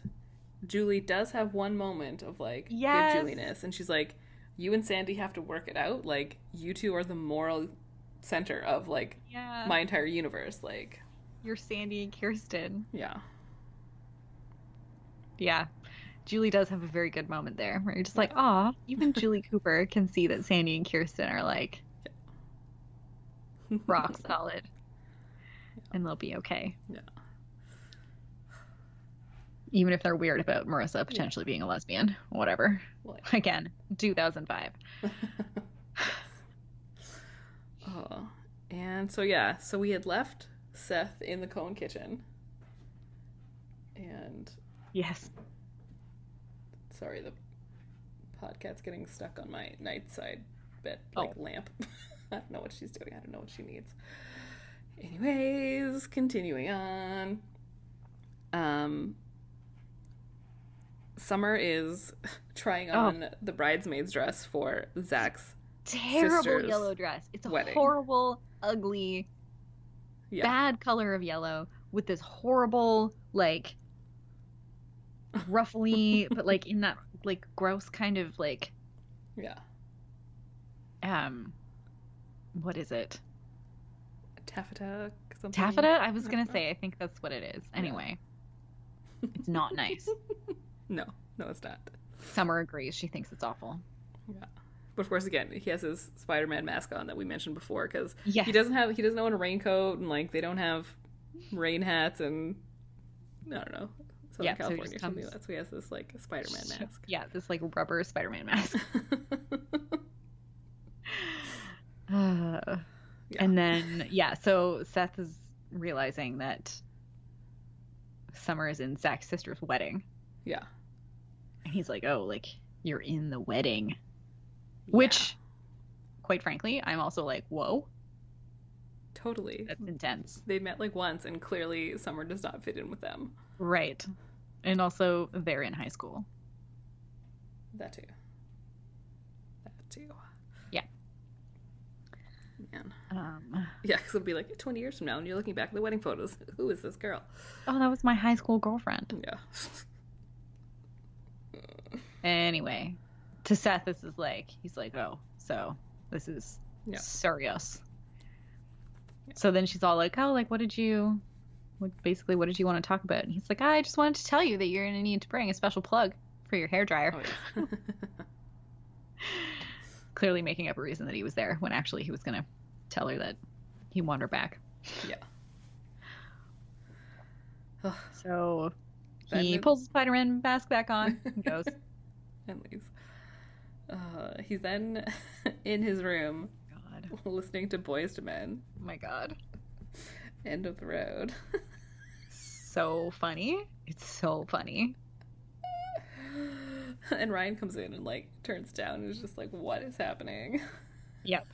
[SPEAKER 1] julie does have one moment of like
[SPEAKER 2] Yes.
[SPEAKER 1] good juliness and she's like you and sandy have to work it out like you two are the moral center of like
[SPEAKER 2] Yeah,
[SPEAKER 1] my entire universe like
[SPEAKER 2] you're Sandy and Kirsten.
[SPEAKER 1] yeah
[SPEAKER 2] Yeah. Julie does have a very good moment there where you're just like, aw, even Julie Cooper can see that Sandy and Kirsten are like rock solid and they'll be okay.
[SPEAKER 1] Yeah.
[SPEAKER 2] Even if they're weird about Marissa potentially being a lesbian, whatever.
[SPEAKER 1] Like-
[SPEAKER 2] Again, 2005.
[SPEAKER 1] Oh, and so yeah, so we had left Seth in the Cohen kitchen. And
[SPEAKER 2] Yes.
[SPEAKER 1] sorry, the podcat's getting stuck on my night side bed
[SPEAKER 2] Oh.
[SPEAKER 1] like lamp. I don't know what she's doing. I don't know what she needs. Anyways, continuing on. Um Summer is trying on the bridesmaid's dress for Zach's.
[SPEAKER 2] Terrible
[SPEAKER 1] Sister's
[SPEAKER 2] yellow dress. It's a
[SPEAKER 1] wedding.
[SPEAKER 2] horrible, ugly,
[SPEAKER 1] Yeah.
[SPEAKER 2] bad color of yellow with this horrible, like, ruffly, but like in that like gross kind of like
[SPEAKER 1] Yeah.
[SPEAKER 2] um, what is it?
[SPEAKER 1] Taffeta. Something.
[SPEAKER 2] Taffeta? I was
[SPEAKER 1] I
[SPEAKER 2] gonna
[SPEAKER 1] don't know.
[SPEAKER 2] say. I think that's what it is. Anyway, it's not nice.
[SPEAKER 1] No, no, it's not.
[SPEAKER 2] Summer agrees. She thinks it's awful.
[SPEAKER 1] But of course, again, he has his Spider-Man mask on that we mentioned before because
[SPEAKER 2] Yeah.
[SPEAKER 1] he doesn't have he doesn't own a raincoat and like they don't have rain hats and I don't know Southern
[SPEAKER 2] Yeah, so he
[SPEAKER 1] California
[SPEAKER 2] just
[SPEAKER 1] something
[SPEAKER 2] comes-
[SPEAKER 1] like that. So he has this like Spider-Man
[SPEAKER 2] Sh-
[SPEAKER 1] mask.
[SPEAKER 2] Yeah, this like rubber Spider-Man mask. Uh,
[SPEAKER 1] Yeah.
[SPEAKER 2] And then yeah, so Seth is realizing that Summer is in Zach's sister's wedding,
[SPEAKER 1] yeah,
[SPEAKER 2] and he's like, "Oh, like you're in the wedding," which, quite frankly, I'm also like, "Whoa,
[SPEAKER 1] Yeah, totally.
[SPEAKER 2] that's intense."
[SPEAKER 1] They met like once, and clearly Summer does not fit in with them.
[SPEAKER 2] Right. And also, they're in high school.
[SPEAKER 1] That too. That too.
[SPEAKER 2] Yeah.
[SPEAKER 1] Man.
[SPEAKER 2] Um,
[SPEAKER 1] Yeah, because it'll be like 20 years from now, and you're looking back at the wedding photos. Who is this girl?
[SPEAKER 2] oh, that was my high school girlfriend.
[SPEAKER 1] Yeah.
[SPEAKER 2] Anyway, to Seth, this is like he's like, oh, so this is
[SPEAKER 1] Yeah.
[SPEAKER 2] serious. So then she's all like, oh, like what did you, what basically what did you want to talk about? And he's like, I just wanted to tell you that you're gonna need to bring a special plug for your hair dryer.
[SPEAKER 1] Oh, yeah.
[SPEAKER 2] Clearly making up a reason that he was there when actually he was gonna tell her that he wanted her back.
[SPEAKER 1] Yeah. Ugh.
[SPEAKER 2] So
[SPEAKER 1] That
[SPEAKER 2] he
[SPEAKER 1] movie-
[SPEAKER 2] pulls his Spider-Man mask back on and goes.
[SPEAKER 1] and leaves. Uh, he's then in his room
[SPEAKER 2] God,
[SPEAKER 1] listening to Boys to Men,
[SPEAKER 2] oh my God.
[SPEAKER 1] End of the Road.
[SPEAKER 2] so funny. It's so funny.
[SPEAKER 1] and Ryan comes in and like turns down and is just like, what is happening?
[SPEAKER 2] Yep.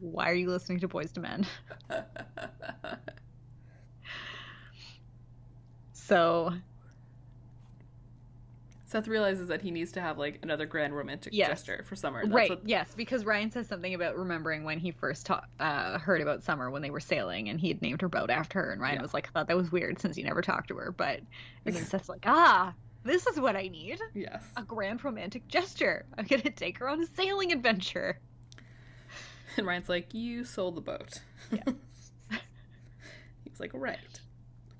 [SPEAKER 2] Why are you listening to Boys to Men? So
[SPEAKER 1] Seth realizes that he needs to have like another grand romantic
[SPEAKER 2] Yes.
[SPEAKER 1] gesture for summer. That's
[SPEAKER 2] right,
[SPEAKER 1] what-
[SPEAKER 2] yes, because Ryan says something about remembering when he first ta- uh, heard about Summer when they were sailing, and he had named her boat after her, and Ryan
[SPEAKER 1] Yeah.
[SPEAKER 2] was like, "I thought that was weird since he never talked to her," but and then Seth's like, "Ah, this is what I need."
[SPEAKER 1] yes.
[SPEAKER 2] A grand romantic gesture. I'm gonna take her on a sailing adventure.
[SPEAKER 1] And Ryan's like, You sold the boat. he was like, Right.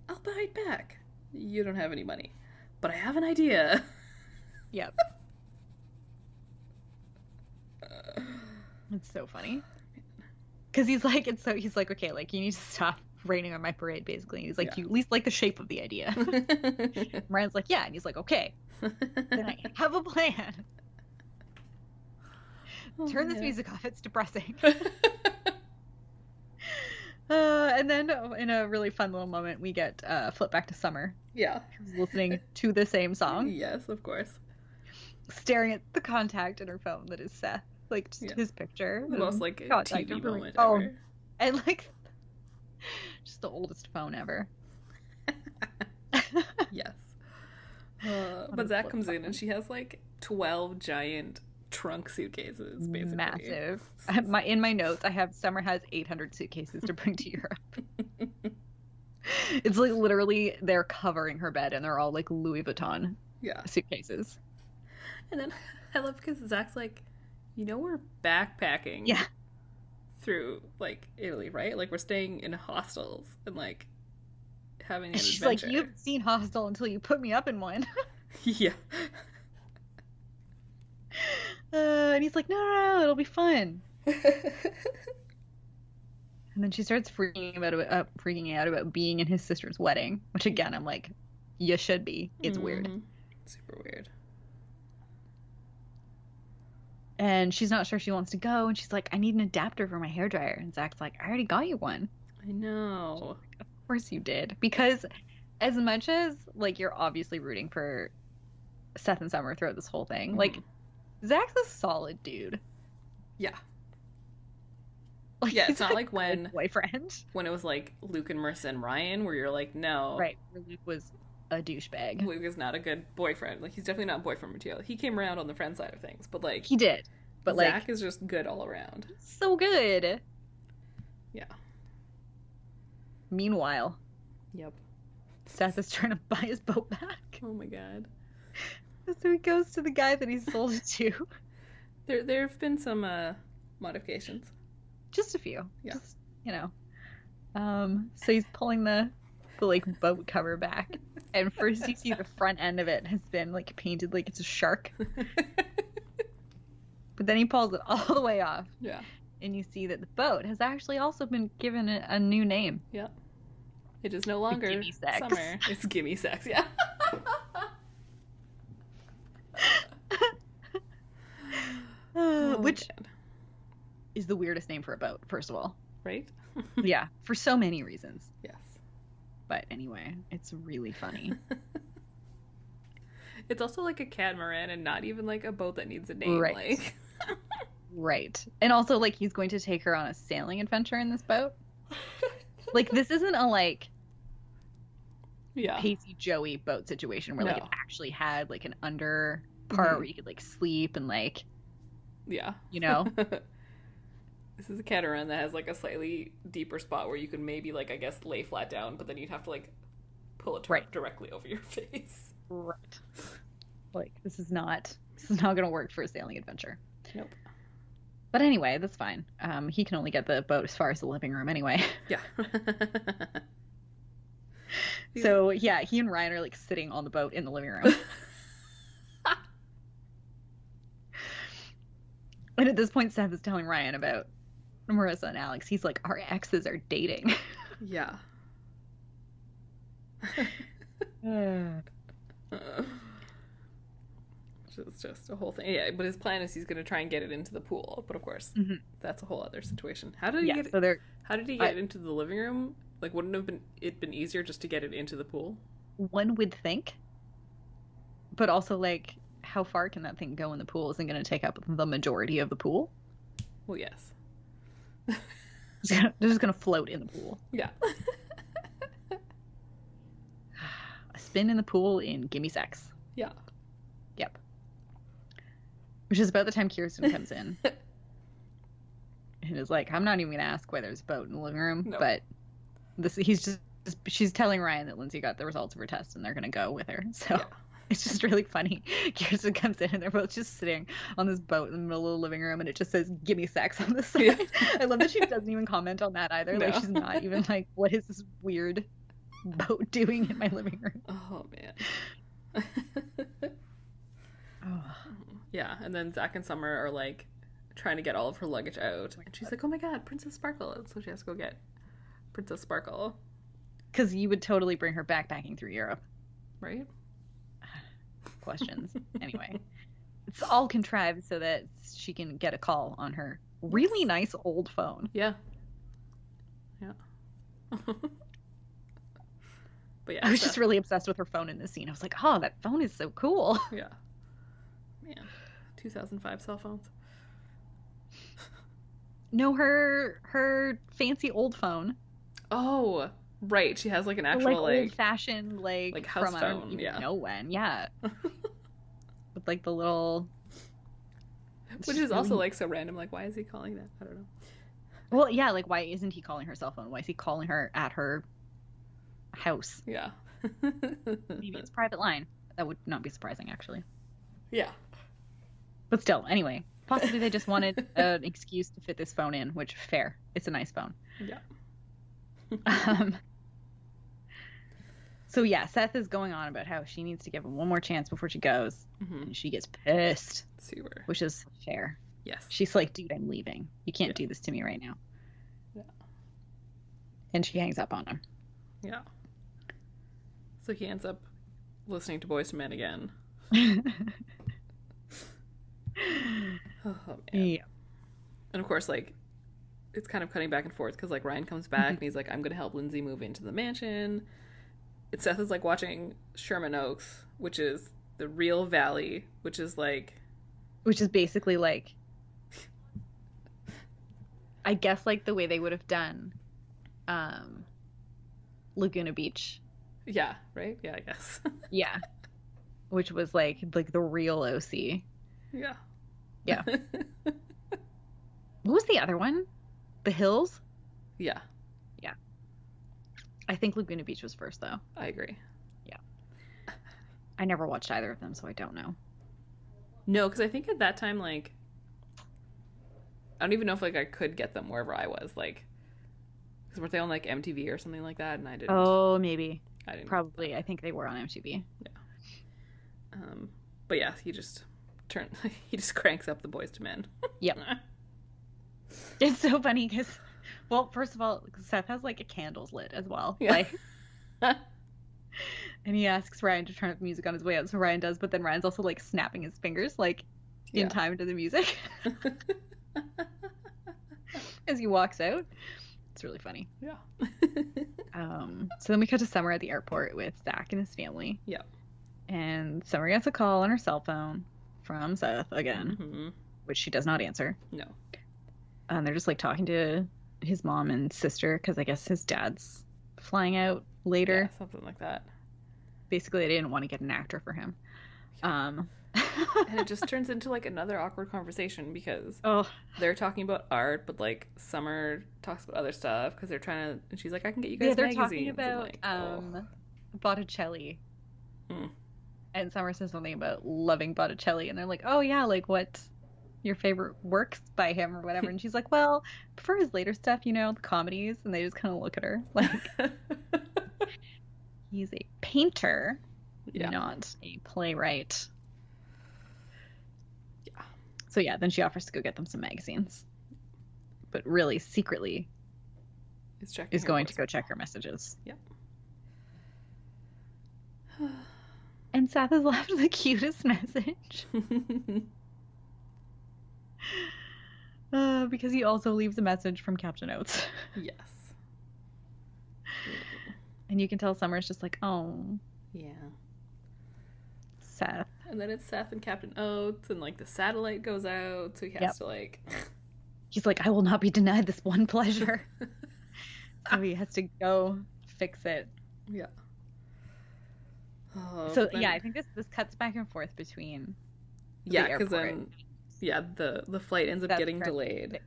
[SPEAKER 1] I'll buy it back. You don't have any money. But I have an idea.
[SPEAKER 2] Yep. It's so funny. Cause he's like, it's so he's like, okay, like you need to stop raining on my parade, basically. He's like,
[SPEAKER 1] Yeah.
[SPEAKER 2] you at least like the shape of the idea. Ryan's like, yeah, and he's like, okay, then I have a plan.
[SPEAKER 1] Oh,
[SPEAKER 2] Turn this music off; it's depressing. Uh, and then, uh, in a really fun little moment, we get uh, flip back to Summer,
[SPEAKER 1] yeah.
[SPEAKER 2] who's listening to the same song,
[SPEAKER 1] Yes, of course.
[SPEAKER 2] staring at the contact in her phone that is Seth, like just
[SPEAKER 1] Yeah.
[SPEAKER 2] his picture,
[SPEAKER 1] The most
[SPEAKER 2] and
[SPEAKER 1] like
[SPEAKER 2] contact
[SPEAKER 1] TV
[SPEAKER 2] information.
[SPEAKER 1] moment
[SPEAKER 2] Oh,
[SPEAKER 1] ever.
[SPEAKER 2] and like just the oldest phone ever. oh.
[SPEAKER 1] Yes. Uh,
[SPEAKER 2] a
[SPEAKER 1] but Zach
[SPEAKER 2] flip
[SPEAKER 1] comes in
[SPEAKER 2] phone.
[SPEAKER 1] and she has like 12 giant trunk suitcases, basically.
[SPEAKER 2] Massive. I have my in my notes, I have Summer has 800 suitcases to bring to Europe. it's like literally they're covering her bed, and they're all like Louis Vuitton
[SPEAKER 1] Yeah.
[SPEAKER 2] suitcases.
[SPEAKER 1] And then I love because Zach's like, you know, we're backpacking.
[SPEAKER 2] Yeah.
[SPEAKER 1] Through like Italy, right? Like we're staying in hostels and like having an
[SPEAKER 2] And she's
[SPEAKER 1] adventure.
[SPEAKER 2] like, you haven't seen Hostel until you put me up in one.
[SPEAKER 1] yeah.
[SPEAKER 2] Uh, and he's like, no, no, no, it'll be fun. And then she starts freaking about uh, freaking out about being in his sister's wedding, which again, I'm like, you should be. It's weird.
[SPEAKER 1] Mhm. Super weird.
[SPEAKER 2] And she's not sure she wants to go, and she's like, I need an adapter for my hairdryer. And Zach's like, I already got you one.
[SPEAKER 1] I know.
[SPEAKER 2] Of course you did, because as much as like you're obviously rooting for Seth and Summer throughout this whole thing, like
[SPEAKER 1] Mhm.
[SPEAKER 2] Zach's a solid dude.
[SPEAKER 1] Yeah.
[SPEAKER 2] Like,
[SPEAKER 1] Yeah,
[SPEAKER 2] he's
[SPEAKER 1] it's not
[SPEAKER 2] a
[SPEAKER 1] like when-
[SPEAKER 2] good boyfriend,
[SPEAKER 1] When it was like Luke and Marissa and Ryan, where you're like, no,
[SPEAKER 2] right? Where Luke was a douchebag.
[SPEAKER 1] Oh. Luke is not a good boyfriend. Like he's definitely not boyfriend material. He came around on the friend side of things, but like
[SPEAKER 2] He did, but
[SPEAKER 1] Zach
[SPEAKER 2] like
[SPEAKER 1] is just good all around.
[SPEAKER 2] so good.
[SPEAKER 1] Yeah.
[SPEAKER 2] Meanwhile,
[SPEAKER 1] Yep.
[SPEAKER 2] Seth is trying to buy his boat back,
[SPEAKER 1] Oh my god.
[SPEAKER 2] so he goes to the guy that he sold it to.
[SPEAKER 1] There there have been some uh modifications.
[SPEAKER 2] Just a few.
[SPEAKER 1] Yeah.
[SPEAKER 2] Just, you know. Um. So he's pulling the the like boat cover back, and first you see the front end of it has been like painted like it's a shark, but then he pulls it all the way off,
[SPEAKER 1] yeah.
[SPEAKER 2] and you see that the boat has actually also been given a, a new name.
[SPEAKER 1] It is no longer
[SPEAKER 2] gimme sex.
[SPEAKER 1] summer. It's gimme sex, yeah.
[SPEAKER 2] Uh,
[SPEAKER 1] Oh,
[SPEAKER 2] which
[SPEAKER 1] God.
[SPEAKER 2] is the weirdest name for a boat, first of all.
[SPEAKER 1] right?
[SPEAKER 2] yeah, for so many reasons.
[SPEAKER 1] Yes.
[SPEAKER 2] But anyway, it's really funny.
[SPEAKER 1] It's also like a catamaran and not even like a boat that needs a name.
[SPEAKER 2] Right.
[SPEAKER 1] Like
[SPEAKER 2] right. And also, like, he's going to take her on a sailing adventure in this boat. Like, this isn't a, like,
[SPEAKER 1] Yeah.
[SPEAKER 2] Pacey Joey boat situation where, like,
[SPEAKER 1] No.
[SPEAKER 2] it actually had, like, an under part
[SPEAKER 1] Mhm.
[SPEAKER 2] where you could, like, sleep and, like,
[SPEAKER 1] Yeah.
[SPEAKER 2] you know?
[SPEAKER 1] this is a catamaran that has like a slightly deeper spot where you could maybe like I guess lay flat down, but then you'd have to like pull it
[SPEAKER 2] Right.
[SPEAKER 1] directly over your face.
[SPEAKER 2] right. Like, this is not, this is not going to work for a sailing adventure.
[SPEAKER 1] Nope.
[SPEAKER 2] But anyway, that's fine. Um, he can only get the boat as far as the living room anyway.
[SPEAKER 1] Yeah. These-
[SPEAKER 2] So yeah, he and Ryan are like sitting on the boat in the living room. and at this point, Seth is telling Ryan about Marissa and Alex. He's like, "Our exes are dating."
[SPEAKER 1] yeah. It's Uh, just a whole thing. Yeah, but his plan is he's going to try and get it into the pool. But of course,
[SPEAKER 2] Mhm.
[SPEAKER 1] that's a whole other situation. How did he
[SPEAKER 2] yeah.
[SPEAKER 1] get?
[SPEAKER 2] So they're
[SPEAKER 1] How did he
[SPEAKER 2] I-
[SPEAKER 1] get it into the living room? Like, wouldn't have been it been easier just to get it into the pool?
[SPEAKER 2] one would think, but also like, how far can that thing go in the pool? Isn't going to take up the majority of the pool.
[SPEAKER 1] Well, yes.
[SPEAKER 2] It's gonna- They're just going to float in the pool.
[SPEAKER 1] Yeah.
[SPEAKER 2] A spin in the pool in Gimme Sex.
[SPEAKER 1] Yeah.
[SPEAKER 2] Yep. Which is about the time Kirsten comes in. and is like, I'm not even gonna ask why there's a boat in the living room,
[SPEAKER 1] No.
[SPEAKER 2] but this he's just she's telling Ryan that Lindsay got the results of her test and they're gonna go with her. So
[SPEAKER 1] Yeah.
[SPEAKER 2] it's just really funny. Kirsten comes in and they're both just sitting on this boat in the middle of the living room and it just says, Gimme sex on the side.
[SPEAKER 1] Yeah.
[SPEAKER 2] I love that she doesn't even comment on that either. Like
[SPEAKER 1] No.
[SPEAKER 2] she's not even like, What is this weird boat doing in my living room?
[SPEAKER 1] Oh man.
[SPEAKER 2] Oh.
[SPEAKER 1] yeah, and then Zach and Summer are like trying to get all of her luggage out, and she's like, "Oh my god, Princess Sparkle!" And so she has to go get Princess Sparkle,
[SPEAKER 2] Because you would totally bring her backpacking through Europe.
[SPEAKER 1] right?
[SPEAKER 2] Questions. anyway, it's all contrived so that she can get a call on her really nice old phone.
[SPEAKER 1] Yeah. Yeah. but yeah,
[SPEAKER 2] I was
[SPEAKER 1] Seth-
[SPEAKER 2] just really obsessed with her phone in this scene. I was like, oh, that phone is so cool.
[SPEAKER 1] yeah. Man, 2005 cell phones.
[SPEAKER 2] No, her her fancy old phone,
[SPEAKER 1] Oh, right. She has like an
[SPEAKER 2] like,
[SPEAKER 1] actual like,
[SPEAKER 2] old fashioned, like,
[SPEAKER 1] like house
[SPEAKER 2] from I don't
[SPEAKER 1] phone,
[SPEAKER 2] even
[SPEAKER 1] yeah.
[SPEAKER 2] know when, yeah. with like the little, It's
[SPEAKER 1] which
[SPEAKER 2] just
[SPEAKER 1] is also
[SPEAKER 2] really-
[SPEAKER 1] like so random. Like, why is he calling that? I don't know.
[SPEAKER 2] well, yeah, like why isn't he calling her cell phone? Why is he calling her at her house?
[SPEAKER 1] Yeah.
[SPEAKER 2] Maybe
[SPEAKER 1] Mm-hmm.
[SPEAKER 2] it's private line. That would not be surprising, actually.
[SPEAKER 1] yeah.
[SPEAKER 2] But still, anyway, possibly they just wanted an excuse to fit this phone in, which fair. It's a nice phone.
[SPEAKER 1] Yeah.
[SPEAKER 2] Um, so yeah, Seth is going on about how she needs to give him one more chance before she goes,
[SPEAKER 1] Mm-hmm.
[SPEAKER 2] and she gets pissed,
[SPEAKER 1] Super.
[SPEAKER 2] which is fair.
[SPEAKER 1] Yes.
[SPEAKER 2] She's like, "Dude, I'm leaving. You can't
[SPEAKER 1] Yeah.
[SPEAKER 2] do this to me right now."
[SPEAKER 1] Yeah.
[SPEAKER 2] And she hangs up on him.
[SPEAKER 1] Yeah. So he ends up listening to Boys to Men again. Oh, man.
[SPEAKER 2] yeah.
[SPEAKER 1] And of course, like, it's kind of cutting back and forth because, like, Ryan comes back and he's like, I'm going to help Lindsay move into the mansion. And Seth is, like, watching Sherman Oaks, which is the real valley, which is, like,
[SPEAKER 2] which is basically like i guess like the way they would have done um laguna beach
[SPEAKER 1] Yeah, right? Yeah, I guess.
[SPEAKER 2] Yeah. Which was like like the real OC.
[SPEAKER 1] yeah.
[SPEAKER 2] Yeah. What was the other one? The Hills?
[SPEAKER 1] yeah,
[SPEAKER 2] I think Laguna Beach was first though.
[SPEAKER 1] I agree.
[SPEAKER 2] I never watched either of them, so I don't know.
[SPEAKER 1] No, because I think at that time, like, I don't even know if like I could get them wherever I was, like, because weren't they on like MTV or something like that? And I didn't.
[SPEAKER 2] Oh, maybe.
[SPEAKER 1] I didn't.
[SPEAKER 2] Probably. I think they were on MTV.
[SPEAKER 1] Um, but yeah, he just turn. he just cranks up the boys to men.
[SPEAKER 2] Yep. It's so funny because, well, first of all, Seth has like a candles lit as well.
[SPEAKER 1] Yeah.
[SPEAKER 2] Like, and he asks Ryan to turn up the music on his way out, so Ryan does, but then Ryan's also like snapping his fingers, like in
[SPEAKER 1] Yeah.
[SPEAKER 2] time to the music as he walks out. It's really funny.
[SPEAKER 1] yeah.
[SPEAKER 2] Um, so then we cut to Summer at the airport with Zach and his family.
[SPEAKER 1] Yep.
[SPEAKER 2] And Summer gets a call on her cell phone from Seth again,
[SPEAKER 1] Mhm.
[SPEAKER 2] which she does not answer.
[SPEAKER 1] No.
[SPEAKER 2] and they're just like talking to his mom and sister because I guess his dad's flying out later.
[SPEAKER 1] Yeah, something like that.
[SPEAKER 2] Basically, they didn't want to get an actor for him. Um,
[SPEAKER 1] And it just turns into like another awkward conversation because
[SPEAKER 2] oh,
[SPEAKER 1] they're talking about art, but like Summer talks about other stuff because they're trying to. And she's like, "I can get you guys
[SPEAKER 2] yeah, they're talking
[SPEAKER 1] magazines." and,
[SPEAKER 2] about
[SPEAKER 1] like, oh.
[SPEAKER 2] um, Botticelli,
[SPEAKER 1] Hmm.
[SPEAKER 2] and Summer says something about loving Botticelli, and they're like, "Oh yeah, like what's your favorite works by him or whatever?" And she's like, "Well, prefer his later stuff, you know, the comedies." And they just kind of look at her like
[SPEAKER 1] oh.
[SPEAKER 2] um, he's a painter,
[SPEAKER 1] yeah.
[SPEAKER 2] not a playwright.
[SPEAKER 1] Yeah.
[SPEAKER 2] So yeah, then she offers to go get them some magazines. But really secretly
[SPEAKER 1] It's checking
[SPEAKER 2] is
[SPEAKER 1] her
[SPEAKER 2] going to
[SPEAKER 1] voice.
[SPEAKER 2] go check her messages.
[SPEAKER 1] Yep.
[SPEAKER 2] And Seth has left the cutest message uh, because he also leaves a message from Captain Oates.
[SPEAKER 1] yes.
[SPEAKER 2] And you can tell Summer's just like, oh,
[SPEAKER 1] Yeah.
[SPEAKER 2] Seth.
[SPEAKER 1] And then it's Seth and Captain Oates, and like the satellite goes out, so he has
[SPEAKER 2] Yep.
[SPEAKER 1] to like.
[SPEAKER 2] He's like, I will not be denied this one pleasure. so he has to go fix it.
[SPEAKER 1] yeah. Oh,
[SPEAKER 2] so
[SPEAKER 1] but then-
[SPEAKER 2] yeah, I think this this cuts back and forth between
[SPEAKER 1] yeah, because
[SPEAKER 2] airport.
[SPEAKER 1] then yeah, the the flight ends up
[SPEAKER 2] That's
[SPEAKER 1] getting
[SPEAKER 2] correct.
[SPEAKER 1] delayed.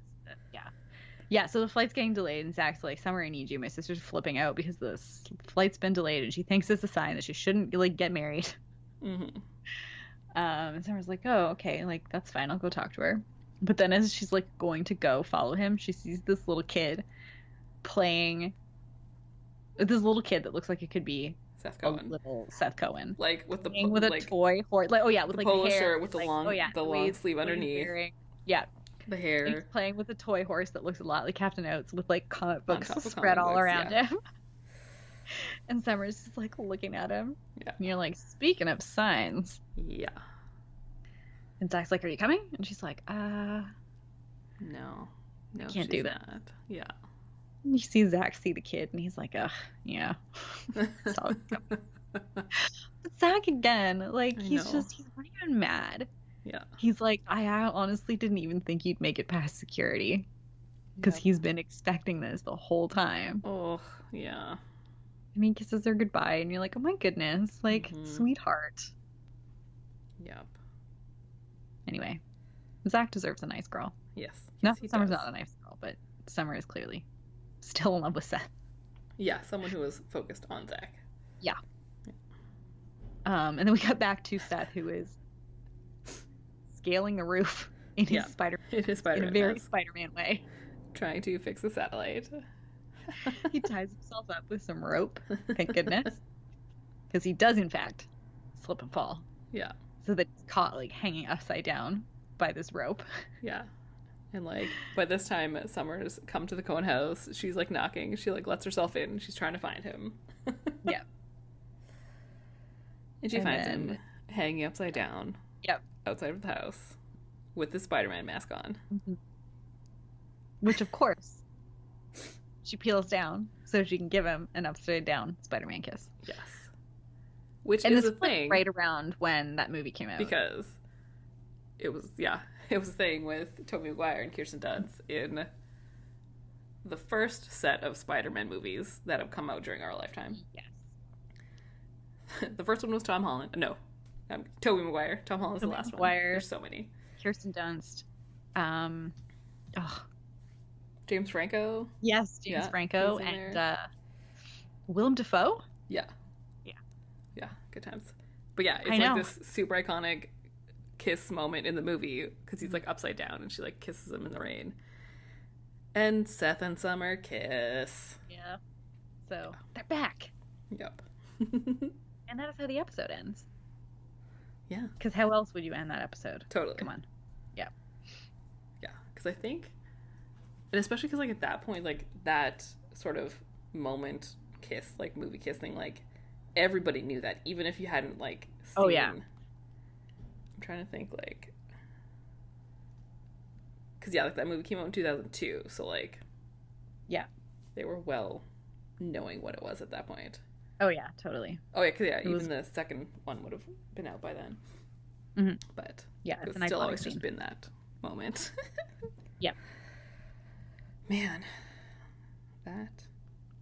[SPEAKER 2] yeah, yeah. So the flight's getting delayed, and Zach's like, "Summer, I need you." My sister's flipping out because this flight's been delayed, and she thinks it's a sign that she shouldn't like get married.
[SPEAKER 1] hmm
[SPEAKER 2] Um, and Summer's like, "Oh, okay, like that's fine. I'll go talk to her." But then as she's like going to go follow him, she sees this little kid playing. This little kid that looks like it could be
[SPEAKER 1] Seth
[SPEAKER 2] a
[SPEAKER 1] Cohen,
[SPEAKER 2] little Seth Cohen.
[SPEAKER 1] like with the
[SPEAKER 2] playing
[SPEAKER 1] po-
[SPEAKER 2] Oh, with a
[SPEAKER 1] like
[SPEAKER 2] toy horse. Like, oh yeah, with
[SPEAKER 1] the
[SPEAKER 2] like
[SPEAKER 1] polo
[SPEAKER 2] hair,
[SPEAKER 1] shirt with the
[SPEAKER 2] like,
[SPEAKER 1] long
[SPEAKER 2] oh, yeah,
[SPEAKER 1] the
[SPEAKER 2] way
[SPEAKER 1] long
[SPEAKER 2] he's-
[SPEAKER 1] sleeve
[SPEAKER 2] what he's
[SPEAKER 1] underneath,
[SPEAKER 2] wearing. Yeah,
[SPEAKER 1] the
[SPEAKER 2] and he's
[SPEAKER 1] hair.
[SPEAKER 2] playing with a toy horse that looks a lot like Captain Oates, with like comic
[SPEAKER 1] On
[SPEAKER 2] books
[SPEAKER 1] top of comic
[SPEAKER 2] spread all
[SPEAKER 1] books,
[SPEAKER 2] around
[SPEAKER 1] yeah.
[SPEAKER 2] him. and Summer's just like looking at him.
[SPEAKER 1] Yeah.
[SPEAKER 2] And you're like, speaking of signs,
[SPEAKER 1] Yeah.
[SPEAKER 2] and Zach's like, "Are you coming?" And she's like, "Uh."
[SPEAKER 1] No. No.
[SPEAKER 2] can't do
[SPEAKER 1] she's
[SPEAKER 2] that.
[SPEAKER 1] not.
[SPEAKER 2] And you see Zach see the kid, and he's like, "Ugh, yeah."
[SPEAKER 1] Yeah.
[SPEAKER 2] So- But Zach again, like
[SPEAKER 1] I
[SPEAKER 2] he's
[SPEAKER 1] know.
[SPEAKER 2] just he's not even mad.
[SPEAKER 1] Yeah.
[SPEAKER 2] He's like, I honestly didn't even think you'd make it past security because
[SPEAKER 1] Yep.
[SPEAKER 2] he's been expecting this the whole time.
[SPEAKER 1] Oh yeah.
[SPEAKER 2] And he kisses her goodbye, and you're like, oh my goodness, like,
[SPEAKER 1] Mhm.
[SPEAKER 2] sweetheart.
[SPEAKER 1] Yep.
[SPEAKER 2] Anyway, Zach deserves a nice girl.
[SPEAKER 1] Yes.
[SPEAKER 2] No,
[SPEAKER 1] Yes, he
[SPEAKER 2] Summer's
[SPEAKER 1] does.
[SPEAKER 2] not a nice girl, but Summer is clearly still in love with Seth.
[SPEAKER 1] Yeah, someone who is focused on Zach.
[SPEAKER 2] Um, and then we cut back to Seth, who is scaling the roof in his
[SPEAKER 1] Yeah.
[SPEAKER 2] Spider
[SPEAKER 1] It is
[SPEAKER 2] in a
[SPEAKER 1] Spider-Man.
[SPEAKER 2] very
[SPEAKER 1] mask,
[SPEAKER 2] Spider-Man way.
[SPEAKER 1] Trying to fix the satellite.
[SPEAKER 2] He ties himself up with some rope. Thank goodness, because he does in fact slip and fall.
[SPEAKER 1] Yeah.
[SPEAKER 2] So that he's caught like hanging upside down by this rope.
[SPEAKER 1] Yeah. And like by this time Summer's come to the Cohen house. She's like knocking. She like lets herself in. She's trying to find him.
[SPEAKER 2] Yeah.
[SPEAKER 1] And she
[SPEAKER 2] And
[SPEAKER 1] finds
[SPEAKER 2] then-
[SPEAKER 1] him hanging upside down.
[SPEAKER 2] Yep.
[SPEAKER 1] Outside of the house. With the Spider Man mask on.
[SPEAKER 2] Which, of course, she peels down so she can give him an upside down Spider Man kiss.
[SPEAKER 1] Yes. Which
[SPEAKER 2] and
[SPEAKER 1] is
[SPEAKER 2] this
[SPEAKER 1] a
[SPEAKER 2] was, like,
[SPEAKER 1] thing.
[SPEAKER 2] right around when that movie came out.
[SPEAKER 1] because it was yeah it was a thing with Tobey Maguire and Kirsten Dunst in the first set of Spider-Man movies that have come out during our lifetime.
[SPEAKER 2] yes.
[SPEAKER 1] the first one was Tom Holland. No, um, Toby Maguire. Tom Holland's
[SPEAKER 2] Tobey
[SPEAKER 1] the last one.
[SPEAKER 2] Maguire.
[SPEAKER 1] There's so many.
[SPEAKER 2] Kirsten Dunst. Um, oh,
[SPEAKER 1] James Franco.
[SPEAKER 2] yes, James
[SPEAKER 1] Yeah,
[SPEAKER 2] Franco
[SPEAKER 1] he's in
[SPEAKER 2] and uh, Willem Dafoe.
[SPEAKER 1] Yeah.
[SPEAKER 2] Yeah.
[SPEAKER 1] Yeah. Good times. But yeah, it's
[SPEAKER 2] I
[SPEAKER 1] like
[SPEAKER 2] know.
[SPEAKER 1] this super iconic kiss moment in the movie because he's like upside down and she like kisses him in the rain. And Seth and Summer kiss.
[SPEAKER 2] Yeah. So they're back,
[SPEAKER 1] Yep.
[SPEAKER 2] and that is how the episode ends.
[SPEAKER 1] yeah.
[SPEAKER 2] Because how else would you end that episode?
[SPEAKER 1] Totally.
[SPEAKER 2] Come on.
[SPEAKER 1] Yeah, because I think, and especially because like at that point, like that sort of moment kiss, like movie kiss thing, like everybody knew that, even if you hadn't like. Seen,
[SPEAKER 2] Oh, yeah.
[SPEAKER 1] I'm trying to think like, because yeah, like that movie came out in two thousand two, so like.
[SPEAKER 2] Yeah.
[SPEAKER 1] They were well, knowing what it was at that point.
[SPEAKER 2] Oh yeah, totally.
[SPEAKER 1] Oh yeah, 'cause, yeah,
[SPEAKER 2] It
[SPEAKER 1] even
[SPEAKER 2] was-
[SPEAKER 1] the second one would have been out by then.
[SPEAKER 2] Mhm.
[SPEAKER 1] But
[SPEAKER 2] Yeah,
[SPEAKER 1] it's
[SPEAKER 2] it's an
[SPEAKER 1] still
[SPEAKER 2] iconic
[SPEAKER 1] always
[SPEAKER 2] scene.
[SPEAKER 1] just been that moment.
[SPEAKER 2] Yep.
[SPEAKER 1] Man, that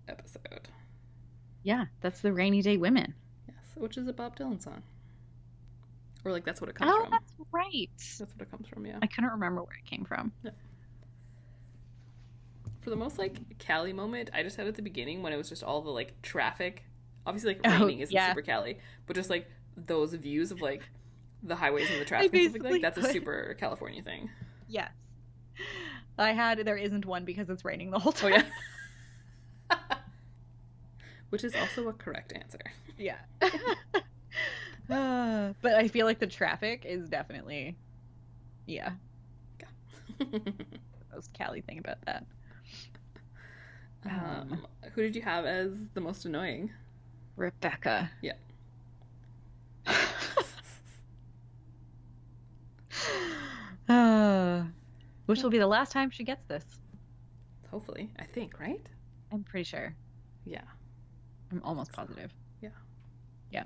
[SPEAKER 1] episode.
[SPEAKER 2] Yeah, that's the rainy day women.
[SPEAKER 1] Yes, which is a Bob Dylan song. Or like that's what it comes
[SPEAKER 2] oh,
[SPEAKER 1] from.
[SPEAKER 2] that's right.
[SPEAKER 1] That's what it comes from, yeah.
[SPEAKER 2] I couldn't remember where it came from.
[SPEAKER 1] For the most like Cali moment, I just had at the beginning when it was just all the like traffic. Obviously, like
[SPEAKER 2] Oh,
[SPEAKER 1] raining isn't
[SPEAKER 2] yeah.
[SPEAKER 1] super Cali, but just like those views of like the highways and the traffic and stuff like
[SPEAKER 2] basically
[SPEAKER 1] that. That's a
[SPEAKER 2] put-
[SPEAKER 1] super California thing.
[SPEAKER 2] Yes. I had there isn't one because it's raining the whole
[SPEAKER 1] Oh
[SPEAKER 2] time.
[SPEAKER 1] yeah. Which is also a correct answer.
[SPEAKER 2] yeah. Uh, but I feel like the traffic is definitely yeah, the most Cali thing about that.
[SPEAKER 1] um, who did you have as the most annoying?
[SPEAKER 2] Rebecca.
[SPEAKER 1] Yeah.
[SPEAKER 2] uh, which will be the last time she gets this.
[SPEAKER 1] Hopefully, I think, right?
[SPEAKER 2] I'm pretty sure.
[SPEAKER 1] Yeah.
[SPEAKER 2] I'm almost positive.
[SPEAKER 1] Yeah.
[SPEAKER 2] Yeah.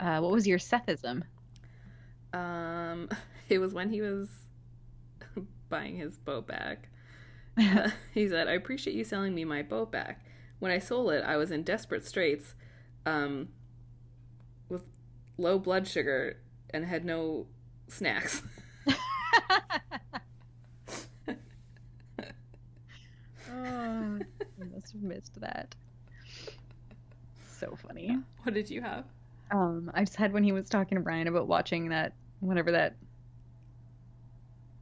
[SPEAKER 2] Uh, what was your Sethism?
[SPEAKER 1] Um, it was when he was buying his boat back.
[SPEAKER 2] oh
[SPEAKER 1] Uh, he said, "I appreciate you selling me my boat back. When I sold it, I was in desperate straits, um, with low blood sugar and had no snacks."
[SPEAKER 2] I must have missed that. So funny.
[SPEAKER 1] what did you have?
[SPEAKER 2] Um, I just had when he was talking to Brian about watching that whatever that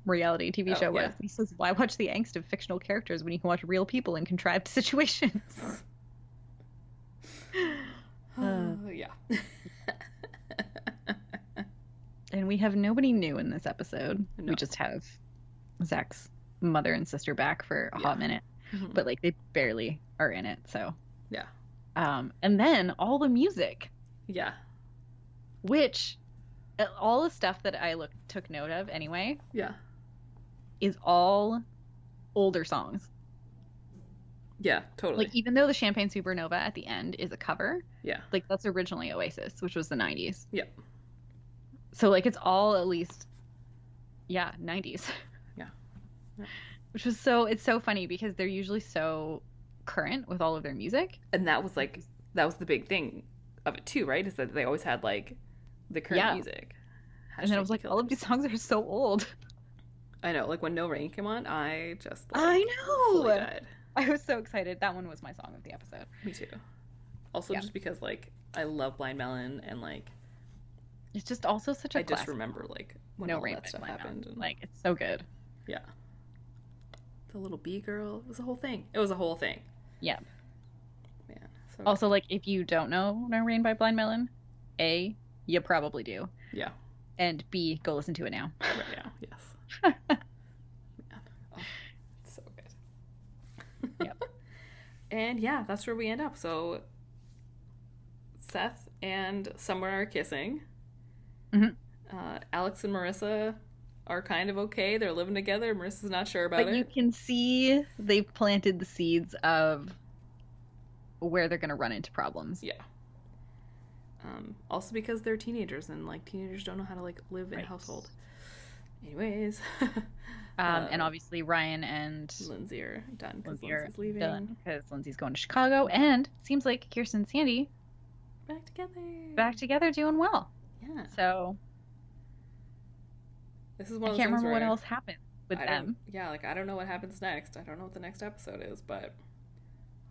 [SPEAKER 2] reality TV
[SPEAKER 1] Oh,
[SPEAKER 2] show
[SPEAKER 1] yeah.
[SPEAKER 2] was. He says, "Why watch the angst of fictional characters when you can watch real people in contrived situations?" Uh.
[SPEAKER 1] Oh, yeah.
[SPEAKER 2] and we have nobody new in this episode.
[SPEAKER 1] No.
[SPEAKER 2] We just have Zach's mother and sister back for a hot
[SPEAKER 1] Yeah. Mm-hmm.
[SPEAKER 2] minute, but like they barely are in it. So
[SPEAKER 1] Yeah.
[SPEAKER 2] Um, and then all the music.
[SPEAKER 1] yeah,
[SPEAKER 2] which uh, all the stuff that I look took note of anyway
[SPEAKER 1] yeah,
[SPEAKER 2] is all older songs.
[SPEAKER 1] yeah, totally.
[SPEAKER 2] Like even though the Champagne Supernova at the end is a cover,
[SPEAKER 1] yeah,
[SPEAKER 2] like that's originally Oasis, which was the 90s.
[SPEAKER 1] Yep.
[SPEAKER 2] So like it's all at least yeah, 90s.
[SPEAKER 1] Yeah. Yeah.
[SPEAKER 2] Which was so it's so funny because they're usually so current with all of their music.
[SPEAKER 1] and that was like that was the big thing of it too, right? Is that they always had like the current
[SPEAKER 2] Yeah.
[SPEAKER 1] music.
[SPEAKER 2] And then
[SPEAKER 1] Hashtag
[SPEAKER 2] I was like all of
[SPEAKER 1] killers.
[SPEAKER 2] these songs are so old.
[SPEAKER 1] I know, like when No Rain came on, I just like,
[SPEAKER 2] I
[SPEAKER 1] fully
[SPEAKER 2] know.
[SPEAKER 1] died.
[SPEAKER 2] I was so excited. That one was my song of the episode.
[SPEAKER 1] Me too. Also,
[SPEAKER 2] Yeah.
[SPEAKER 1] just because like I love Blind Melon and like
[SPEAKER 2] It's just also such a
[SPEAKER 1] I just
[SPEAKER 2] classic.
[SPEAKER 1] remember like when
[SPEAKER 2] no
[SPEAKER 1] all
[SPEAKER 2] rain
[SPEAKER 1] that stuff
[SPEAKER 2] Blind Melon.
[SPEAKER 1] happened and
[SPEAKER 2] Like it's so good.
[SPEAKER 1] yeah, the little bee girl. It was a whole thing. It was a whole thing.
[SPEAKER 2] Yep.
[SPEAKER 1] Man. So
[SPEAKER 2] Also, like if you don't know "No Rain" by Blind Melon, a you probably do,
[SPEAKER 1] good. yeah.
[SPEAKER 2] and b go listen to it now.
[SPEAKER 1] Right now, yes. Man. Oh, it's so good.
[SPEAKER 2] Yep.
[SPEAKER 1] and yeah, that's where we end up. So Seth and Summer are kissing.
[SPEAKER 2] Mhm.
[SPEAKER 1] Uh, Alex and Marissa are kind of okay. They're living together. Marissa's not sure about
[SPEAKER 2] But
[SPEAKER 1] it.
[SPEAKER 2] you can see they've planted the seeds of where they're gonna run into problems.
[SPEAKER 1] Yeah. Um, also because they're teenagers and like teenagers don't know how to like live in
[SPEAKER 2] Right.
[SPEAKER 1] a household. Anyways,
[SPEAKER 2] Um,
[SPEAKER 1] Uh,
[SPEAKER 2] and obviously Ryan and
[SPEAKER 1] Lindsay are done because
[SPEAKER 2] Lindsay are
[SPEAKER 1] Lindsay's leaving.
[SPEAKER 2] Dylan, because Lindsay's going to Chicago, and seems like Kirsten and Sandy
[SPEAKER 1] Back together.
[SPEAKER 2] back together, doing well.
[SPEAKER 1] Mm. Yeah.
[SPEAKER 2] So
[SPEAKER 1] This is
[SPEAKER 2] I
[SPEAKER 1] one of
[SPEAKER 2] can't
[SPEAKER 1] those things
[SPEAKER 2] remember
[SPEAKER 1] where
[SPEAKER 2] what
[SPEAKER 1] I-
[SPEAKER 2] else happened with
[SPEAKER 1] I don't-
[SPEAKER 2] them.
[SPEAKER 1] Yeah, like I don't know what happens next. I don't know what the next episode is, but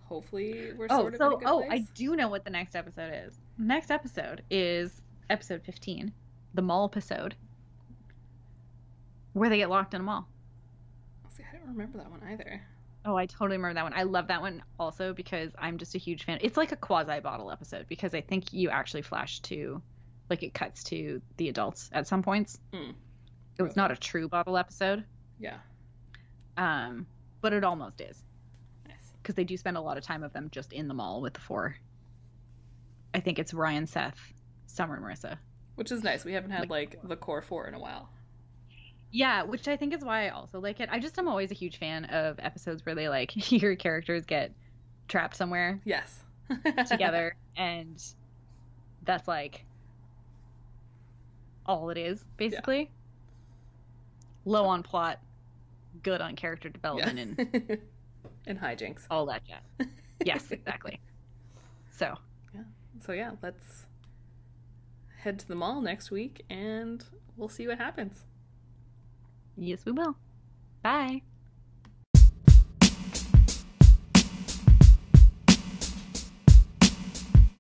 [SPEAKER 1] hopefully we're
[SPEAKER 2] Oh,
[SPEAKER 1] sort of in a
[SPEAKER 2] so
[SPEAKER 1] good
[SPEAKER 2] oh, I
[SPEAKER 1] place.
[SPEAKER 2] do know what the next episode is. The next episode is episode fifteen, the mall episode, where they get locked in a mall.
[SPEAKER 1] See, I don't remember that one either.
[SPEAKER 2] Oh, I totally remember that one. I love that one also because I'm just a huge fan. It's like a quasi bottle episode because I think you actually flash to, like, it cuts to the adults at some points.
[SPEAKER 1] Mm.
[SPEAKER 2] It was not a true bottle episode,
[SPEAKER 1] Yeah.
[SPEAKER 2] um, but it almost is
[SPEAKER 1] Nice.
[SPEAKER 2] because they do spend a lot of time of them just in the mall with the four. I think it's Ryan, Seth, Summer, and Marissa.
[SPEAKER 1] Which is nice. We haven't had
[SPEAKER 2] Like-
[SPEAKER 1] like the core four in a while.
[SPEAKER 2] Yeah, which I think is why I also like it. I just am always a huge fan of episodes where they like your characters get trapped somewhere
[SPEAKER 1] Yes.
[SPEAKER 2] together and that's like all it is basically. Low on plot, good on character
[SPEAKER 1] Yeah.
[SPEAKER 2] development and
[SPEAKER 1] and hijinks.
[SPEAKER 2] all that jazz. Yes, exactly. So,
[SPEAKER 1] So yeah, let's head to the mall next week and we'll see what happens.
[SPEAKER 2] yes we will. Bye.